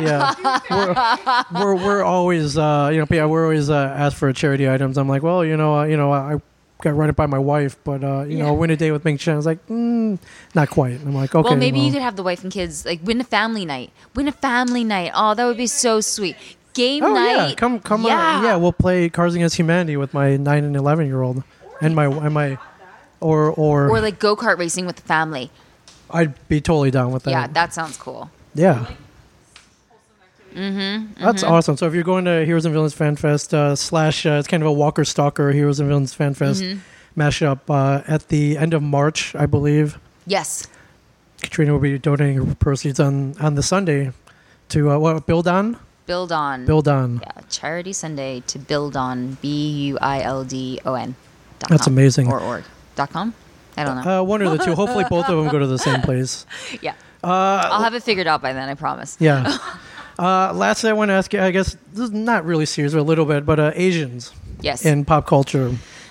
Speaker 1: yeah, we're, we're, we're always, uh, you know, yeah, we're always uh, asked for charity items. I'm like, well, you know, uh, you know, I I got run it by my wife, but uh, you know, win a day with Ming Chen. I was like, mm, not quite. I'm like, okay,
Speaker 6: Well, maybe you could have the wife and kids like win a family night. Win a family night. Oh, that would be so sweet. Game
Speaker 1: oh
Speaker 6: night.
Speaker 1: yeah, come, come on, yeah, we'll play Cards Against Humanity with my nine and eleven year old, and my, and my, or or,
Speaker 6: or like go kart racing with the family.
Speaker 1: I'd be totally down with that.
Speaker 6: Yeah, that sounds cool.
Speaker 1: Yeah. That's awesome. So if you're going to Heroes and Villains Fan Fest uh, slash, uh, it's kind of a Walker Stalker Heroes and Villains Fan Fest mashup uh, at the end of March, I believe.
Speaker 6: Yes.
Speaker 1: Katrina will be donating her proceeds on on the Sunday to uh, what build on
Speaker 6: Build on.
Speaker 1: build on.
Speaker 6: Yeah, Charity Sunday to build on. B U I L D O N. dot
Speaker 1: That's
Speaker 6: com
Speaker 1: amazing.
Speaker 6: Or org. Dot com? I don't know.
Speaker 1: Uh, one or the two. Hopefully, both of them go to the same place.
Speaker 6: yeah. I'll have it figured out by then, I promise.
Speaker 1: uh, Yeah. Uh, lastly, I want to ask you. I guess this is not really serious, but a little bit. But uh, Asians
Speaker 6: Yes. Mm-hmm.
Speaker 1: in pop culture,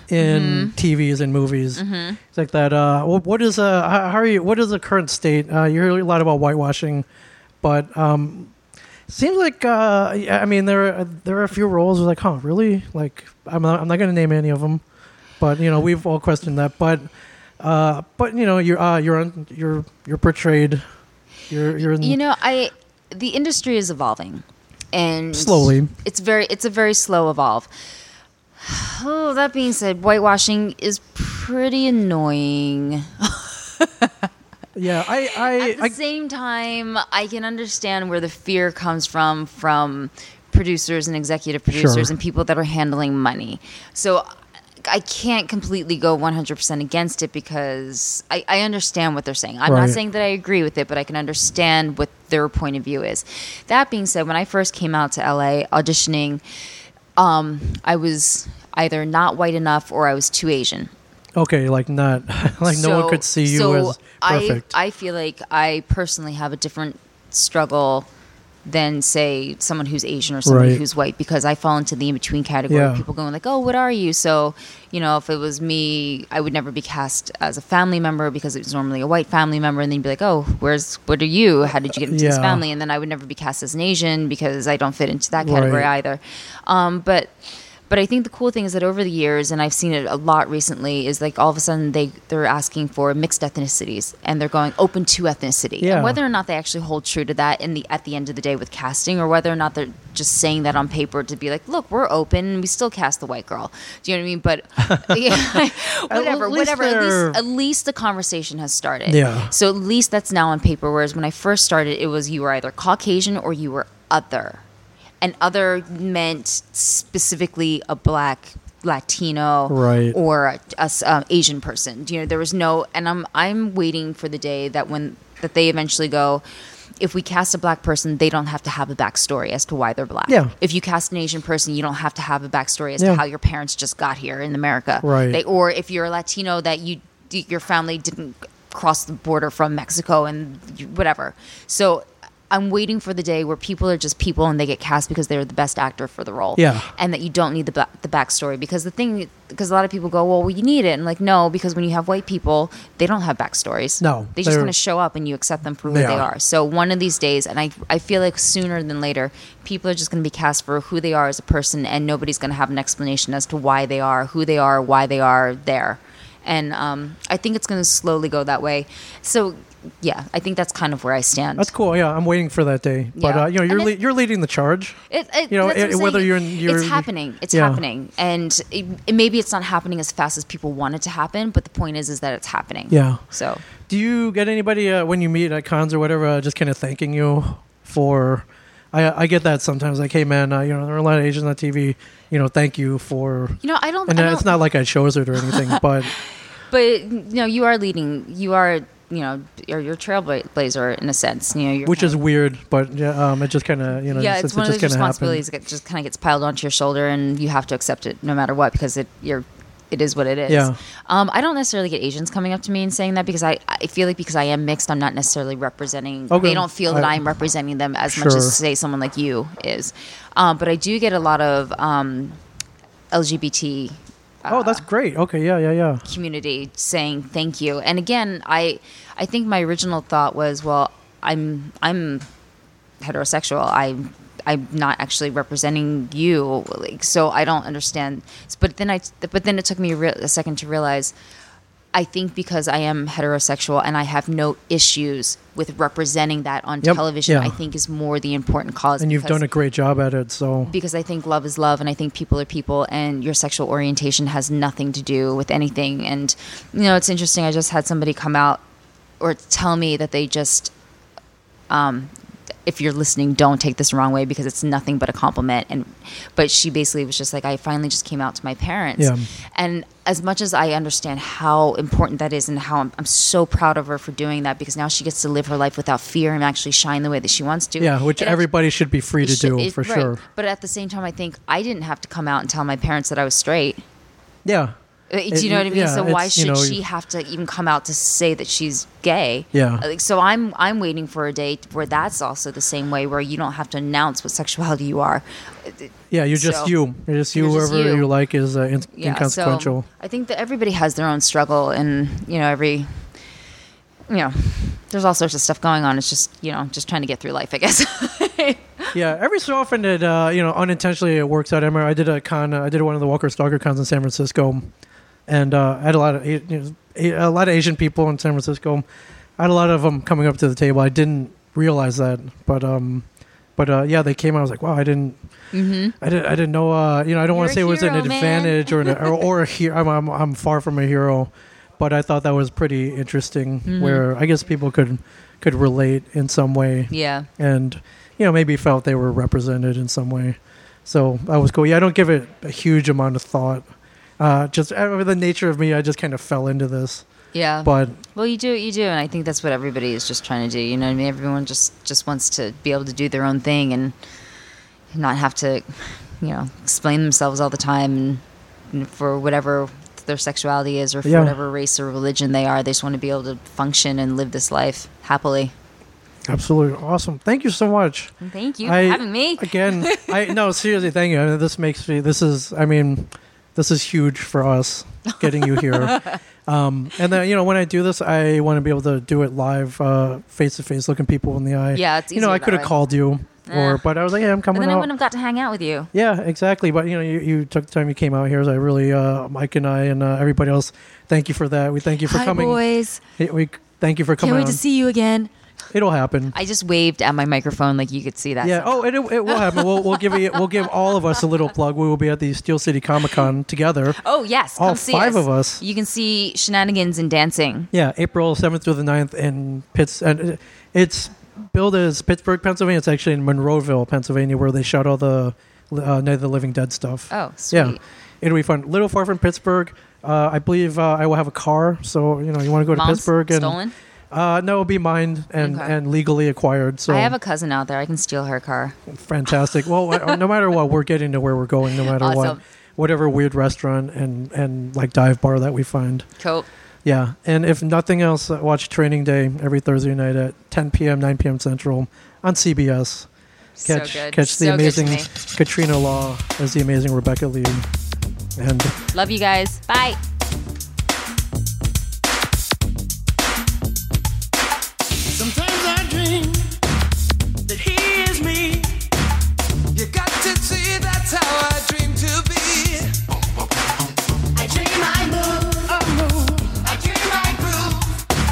Speaker 1: in TVs and movies, it's like that. Uh, wh- what is uh, how how are you? What is the current state? Uh, you hear a lot about whitewashing, but um, seems like uh, I mean there are, there are a few roles where like, huh, really? Like I'm not, I'm not going to name any of them, but you know we've all questioned that. But uh, but you know you're uh, you're on, you're you're portrayed. You're you're in,
Speaker 6: you know i the industry is evolving and
Speaker 1: Slowly.
Speaker 6: it's very it's a very slow evolve oh that being said whitewashing is pretty annoying
Speaker 1: yeah. I I,
Speaker 6: at the
Speaker 1: I
Speaker 6: same time i can understand where the fear comes from from producers and executive producers
Speaker 1: Sure.
Speaker 6: and people that are handling money so I can't completely go 100% against it because I, I understand what they're saying. I'm
Speaker 1: Right.
Speaker 6: not saying that I agree with it, but I can understand what their point of view is. That being said, when I first came out to LA auditioning, um, I was either not white enough or I was too Asian.
Speaker 1: Okay, like not like no one
Speaker 6: So-
Speaker 1: could see you
Speaker 6: so
Speaker 1: as perfect.
Speaker 6: I, I feel like I personally have a different struggle than say someone who's Asian or somebody
Speaker 1: Right.
Speaker 6: who's white because I fall into the in between category.
Speaker 1: Yeah.
Speaker 6: of People going like, "Oh, what are you?" So you know, if it was me, I would never be cast as a family member because it was normally a white family member, and then you'd be like, "Oh, where's what are you? How did you get into this
Speaker 1: Yeah.
Speaker 6: family?" And then I would never be cast as an Asian because I don't fit into that category
Speaker 1: Right.
Speaker 6: either. Um, but but I think the cool thing is that over the years, and I've seen it a lot recently, is like all of a sudden they they're asking for mixed ethnicities and they're going open to ethnicity.
Speaker 1: Yeah.
Speaker 6: And whether or not they actually hold true to that in the at the end of the day with casting, or whether or not they're just saying that on paper to be like, look, we're open, and we still cast the white girl. Do you know what I mean? But yeah, whatever,
Speaker 1: least
Speaker 6: whatever. At
Speaker 1: they're-
Speaker 6: least, at least the conversation has started.
Speaker 1: Yeah.
Speaker 6: So at least that's now on paper. Whereas when I first started, it was you were either Caucasian or you were other and other meant specifically a black Latino
Speaker 1: Right.
Speaker 6: or a, a s- um, Asian person. You know, there was no, and I'm I'm waiting for the day that when that they eventually go. If we cast a black person, they don't have to have a backstory as to why they're black.
Speaker 1: Yeah.
Speaker 6: If you cast an Asian person, you don't have to have a backstory as
Speaker 1: Yeah.
Speaker 6: to how your parents just got here in America.
Speaker 1: Right.
Speaker 6: They, or if you're a Latino that you your family didn't cross the border from Mexico and you- whatever. So I'm waiting for the day where people are just people and they get cast because they're the best actor for the role.
Speaker 1: Yeah.
Speaker 6: And that you don't need the ba- the backstory because the thing because a lot of people go, "Well, you need it." And like, "No, because when you have white people, they don't have backstories.
Speaker 1: No,
Speaker 6: They just
Speaker 1: they're-
Speaker 6: kind of show up and you accept them for who
Speaker 1: They
Speaker 6: they,
Speaker 1: are.
Speaker 6: are. So one of these days, and I, I feel like sooner than later, people are just going to be cast for who they are as a person, and nobody's going to have an explanation as to why they are, who they are, why they are there. And um, I think it's going to slowly go that way. So yeah, I think that's kind of where I stand.
Speaker 1: That's cool. Yeah, I'm waiting for that day. But
Speaker 6: Yeah.
Speaker 1: uh, you know, you're
Speaker 6: And
Speaker 1: le-
Speaker 6: it-
Speaker 1: you're leading the charge.
Speaker 6: It, it,
Speaker 1: You know,
Speaker 6: that's what
Speaker 1: it-
Speaker 6: I'm saying.
Speaker 1: whether you're in- you're-
Speaker 6: it's happening. It's
Speaker 1: Yeah.
Speaker 6: happening, and it, it- maybe it's not happening as fast as people want it to happen. But the point is, is that it's happening.
Speaker 1: Yeah.
Speaker 6: So
Speaker 1: Do you get anybody uh, when you meet at cons or whatever, uh, just kind of thanking you for? I I get that sometimes. Like, hey man, uh, you know, there are a lot of Asians on TV. You know, thank you for.
Speaker 6: you know, I don't.
Speaker 1: And
Speaker 6: I
Speaker 1: uh,
Speaker 6: don't
Speaker 1: it's not like I chose it or anything, but
Speaker 6: But no, you are leading. You are, you know, you're, you're a trailblazer in a sense. You know, you're
Speaker 1: which
Speaker 6: kind
Speaker 1: is
Speaker 6: of-
Speaker 1: weird. But yeah, um, it just kind of you know,
Speaker 6: yeah,
Speaker 1: since
Speaker 6: it's one
Speaker 1: it
Speaker 6: of
Speaker 1: just kinda
Speaker 6: those
Speaker 1: happened.
Speaker 6: responsibilities that just kind of gets piled onto your shoulder, and you have to accept it no matter what because it you're it is what it is.
Speaker 1: Yeah.
Speaker 6: Um, I don't necessarily get Asians coming up to me and saying that because I, I feel like because I am mixed, I'm not necessarily representing.
Speaker 1: Okay.
Speaker 6: They don't feel that
Speaker 1: I-
Speaker 6: I'm representing them as much
Speaker 1: Sure.
Speaker 6: as say someone like you is. Um, but I do get a lot of um, LGBT Uh,
Speaker 1: Oh, that's great. Okay, yeah, yeah, yeah.
Speaker 6: community saying thank you. And again, I I think my original thought was, well, I'm I'm heterosexual. I I'm not actually representing you, like so I don't understand. But then I but then it took me a, real, a second to realize. I think because I am heterosexual and I have no issues with representing that on
Speaker 1: Yep,
Speaker 6: television,
Speaker 1: yeah.
Speaker 6: I think is more the important cause.
Speaker 1: And you've
Speaker 6: because-
Speaker 1: done a great job at it. So
Speaker 6: because I think love is love, and I think people are people, and your sexual orientation has nothing to do with anything. And you know, it's interesting. I just had somebody come out or tell me that they just um, if you're listening, don't take this the wrong way because it's nothing but a compliment. And but she basically was just like, I finally just came out to my parents.
Speaker 1: Yeah.
Speaker 6: And as much as I understand how important that is and how I'm, I'm so proud of her for doing that because now she gets to live her life without fear and actually shine the way that she wants to.
Speaker 1: Yeah, which
Speaker 6: It actually-
Speaker 1: everybody should be free to
Speaker 6: it should-
Speaker 1: do
Speaker 6: it-
Speaker 1: for
Speaker 6: right.
Speaker 1: sure.
Speaker 6: But at the same time, I think I didn't have to come out and tell my parents that I was straight.
Speaker 1: Yeah.
Speaker 6: Uh, Do you
Speaker 1: It-
Speaker 6: know what I mean?
Speaker 1: yeah,
Speaker 6: so why
Speaker 1: it's, you
Speaker 6: should
Speaker 1: know,
Speaker 6: she have to even come out to say that she's gay?
Speaker 1: Yeah.
Speaker 6: Uh, Like, so I'm I'm waiting for a day where that's also the same way where you don't have to announce what sexuality you are. Uh,
Speaker 1: Yeah, you're just
Speaker 6: So-
Speaker 1: you. You're just you.
Speaker 6: You're just
Speaker 1: whoever
Speaker 6: you.
Speaker 1: you. like is uh, in- inconsequential.
Speaker 6: So I think that everybody has their own struggle, and you know, every you know, there's all sorts of stuff going on. It's just you know, just trying to get through life, I guess.
Speaker 1: Yeah, every so often it uh, you know unintentionally it works out. I remember I did a con, uh, I did one of the Walker Stalker cons in San Francisco, and uh, I had a lot of you know, a lot of Asian people in San Francisco. I had a lot of them coming up to the table. I didn't realize that, but um, but uh, yeah, they came. I was like, wow, I didn't, mm-hmm. I didn't, I didn't know. Uh, you know, I don't want
Speaker 6: You're a
Speaker 1: to say it was an
Speaker 6: hero, man.
Speaker 1: advantage or an, or, or a hero. I'm, I'm I'm far from a hero, but I thought that was pretty interesting.
Speaker 6: Mm-hmm.
Speaker 1: Where I guess people could could relate in some way
Speaker 6: yeah.
Speaker 1: and you know maybe felt they were represented in some way. So that was cool. Yeah, I don't give it a huge amount of thought. Uh, just uh, with the nature of me, I just kind of fell into this.
Speaker 6: Yeah.
Speaker 1: But
Speaker 6: Well, you do what you do, and I think that's what everybody is just trying to do. You know what I mean? Everyone just just wants to be able to do their own thing and not have to, you know, explain themselves all the time and, and for whatever their sexuality is or for
Speaker 1: Yeah.
Speaker 6: whatever race or religion they are. They just want to be able to function and live this life happily.
Speaker 1: absolutely awesome. Thank you so much.
Speaker 6: Thank you
Speaker 1: I-
Speaker 6: for having me.
Speaker 1: again. I no seriously, thank you. I mean, this makes me. This is. I mean, this is huge for us getting you here. Um, and then you know when I do this, I want to be able to do it live, uh, face to face, looking people in the eye.
Speaker 6: Yeah, it's
Speaker 1: you know
Speaker 6: easier
Speaker 1: I
Speaker 6: that
Speaker 1: could have
Speaker 6: way.
Speaker 1: called you,
Speaker 6: Yeah.
Speaker 1: or but I was like, yeah, I'm coming
Speaker 6: And then I
Speaker 1: out.
Speaker 6: wouldn't have got to hang out with you.
Speaker 1: Yeah, exactly. But you know, you, you took the time you came out here. So I really, uh, Mike and I and uh, everybody else, thank you for that. We thank you for
Speaker 6: Hi,
Speaker 1: coming.
Speaker 6: boys.
Speaker 1: Hey, We thank you for coming.
Speaker 6: Can't wait to
Speaker 1: on.
Speaker 6: see you again.
Speaker 1: It'll happen.
Speaker 6: I just waved at my microphone like you could see that.
Speaker 1: yeah. Oh, it, it, it will happen. We'll, we'll give you, we'll give all of us a little plug. We will be at the Steel City Comic Con together.
Speaker 6: Oh yes,
Speaker 1: All
Speaker 6: come see
Speaker 1: five of us.
Speaker 6: You can see shenanigans and dancing.
Speaker 1: Yeah, April seventh through the 9th in Pitts, and it- it's billed as Pittsburgh, Pennsylvania. It's actually in Monroeville, Pennsylvania, where they shot all the uh, Night of the Living Dead stuff.
Speaker 6: Oh,
Speaker 1: Yeah,
Speaker 6: sweet.
Speaker 1: it'll be fun. Little far from Pittsburgh. Uh, I believe uh, I will have a car, so you know you want to go to
Speaker 6: Mom's
Speaker 1: Pittsburgh and
Speaker 6: stolen?
Speaker 1: Uh, no, it'll be mine and,
Speaker 6: Okay.
Speaker 1: and legally acquired. So
Speaker 6: I have a cousin out there. I can steal her car.
Speaker 1: fantastic. well, I- uh, no matter what, we're getting to where we're going. No matter what,
Speaker 6: Awesome.
Speaker 1: whatever weird restaurant and and like dive bar that we find.
Speaker 6: Cool.
Speaker 1: Yeah, and if nothing else, uh, watch Training Day every Thursday night at 10 p.m., 9 p.m. Central on CBS.
Speaker 6: So
Speaker 1: Catch
Speaker 6: good.
Speaker 1: catch the
Speaker 6: So good to
Speaker 1: amazing
Speaker 6: me.
Speaker 1: Katrina Law as the amazing Rebecca Lee, and
Speaker 6: Love you guys. Bye.
Speaker 3: Sometimes I dream that he is me.
Speaker 4: You got to see that's how I dream to be.
Speaker 5: I dream I move.
Speaker 3: I move.
Speaker 5: I dream I groove.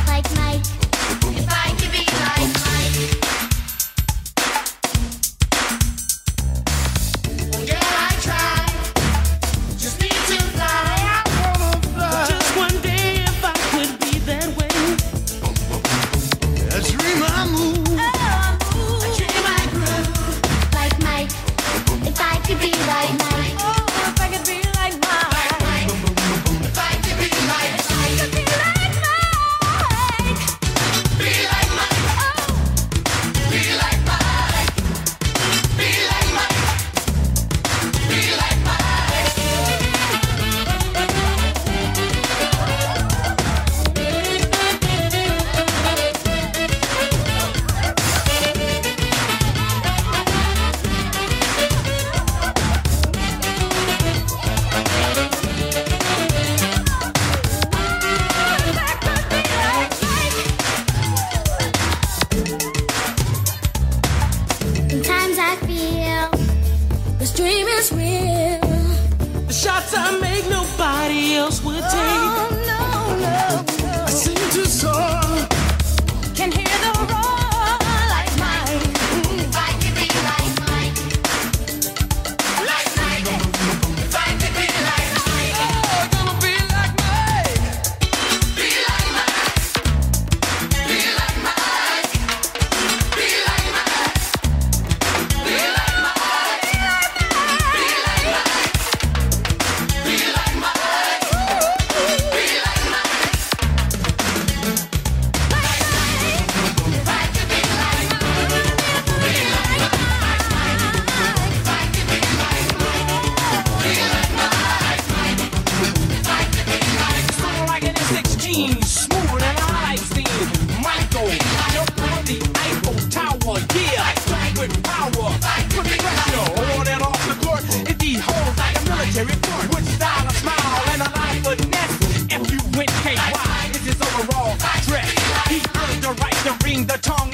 Speaker 5: Like Mike. If I could be like Mike. Well, yeah, I try. Just need to fly. I wanna fly.
Speaker 3: Just one day if I could be that way.
Speaker 4: I dream I move.
Speaker 5: I dream I groove. Like Mike. If I could be like Mike. Oh, if I could be like Mike. Like Mike.
Speaker 4: If I could be like,
Speaker 5: If I could be like Mike.
Speaker 4: be like Mike,
Speaker 5: Oh,
Speaker 4: be like Mike, be like Mike, be like Mike.
Speaker 5: if I could be like Mike. Sometimes I feel this dream is real.
Speaker 3: The shots I make, nobody else would take.
Speaker 5: Oh, no, no, no.
Speaker 3: I seem to soar.
Speaker 5: Can hear the roar like mine. If I could be like mine.
Speaker 4: Like Mike, if I could be like Mike, oh, gonna be like Mike, be like Mike, be like Mike, be like Mike.
Speaker 8: the ring, the tongue,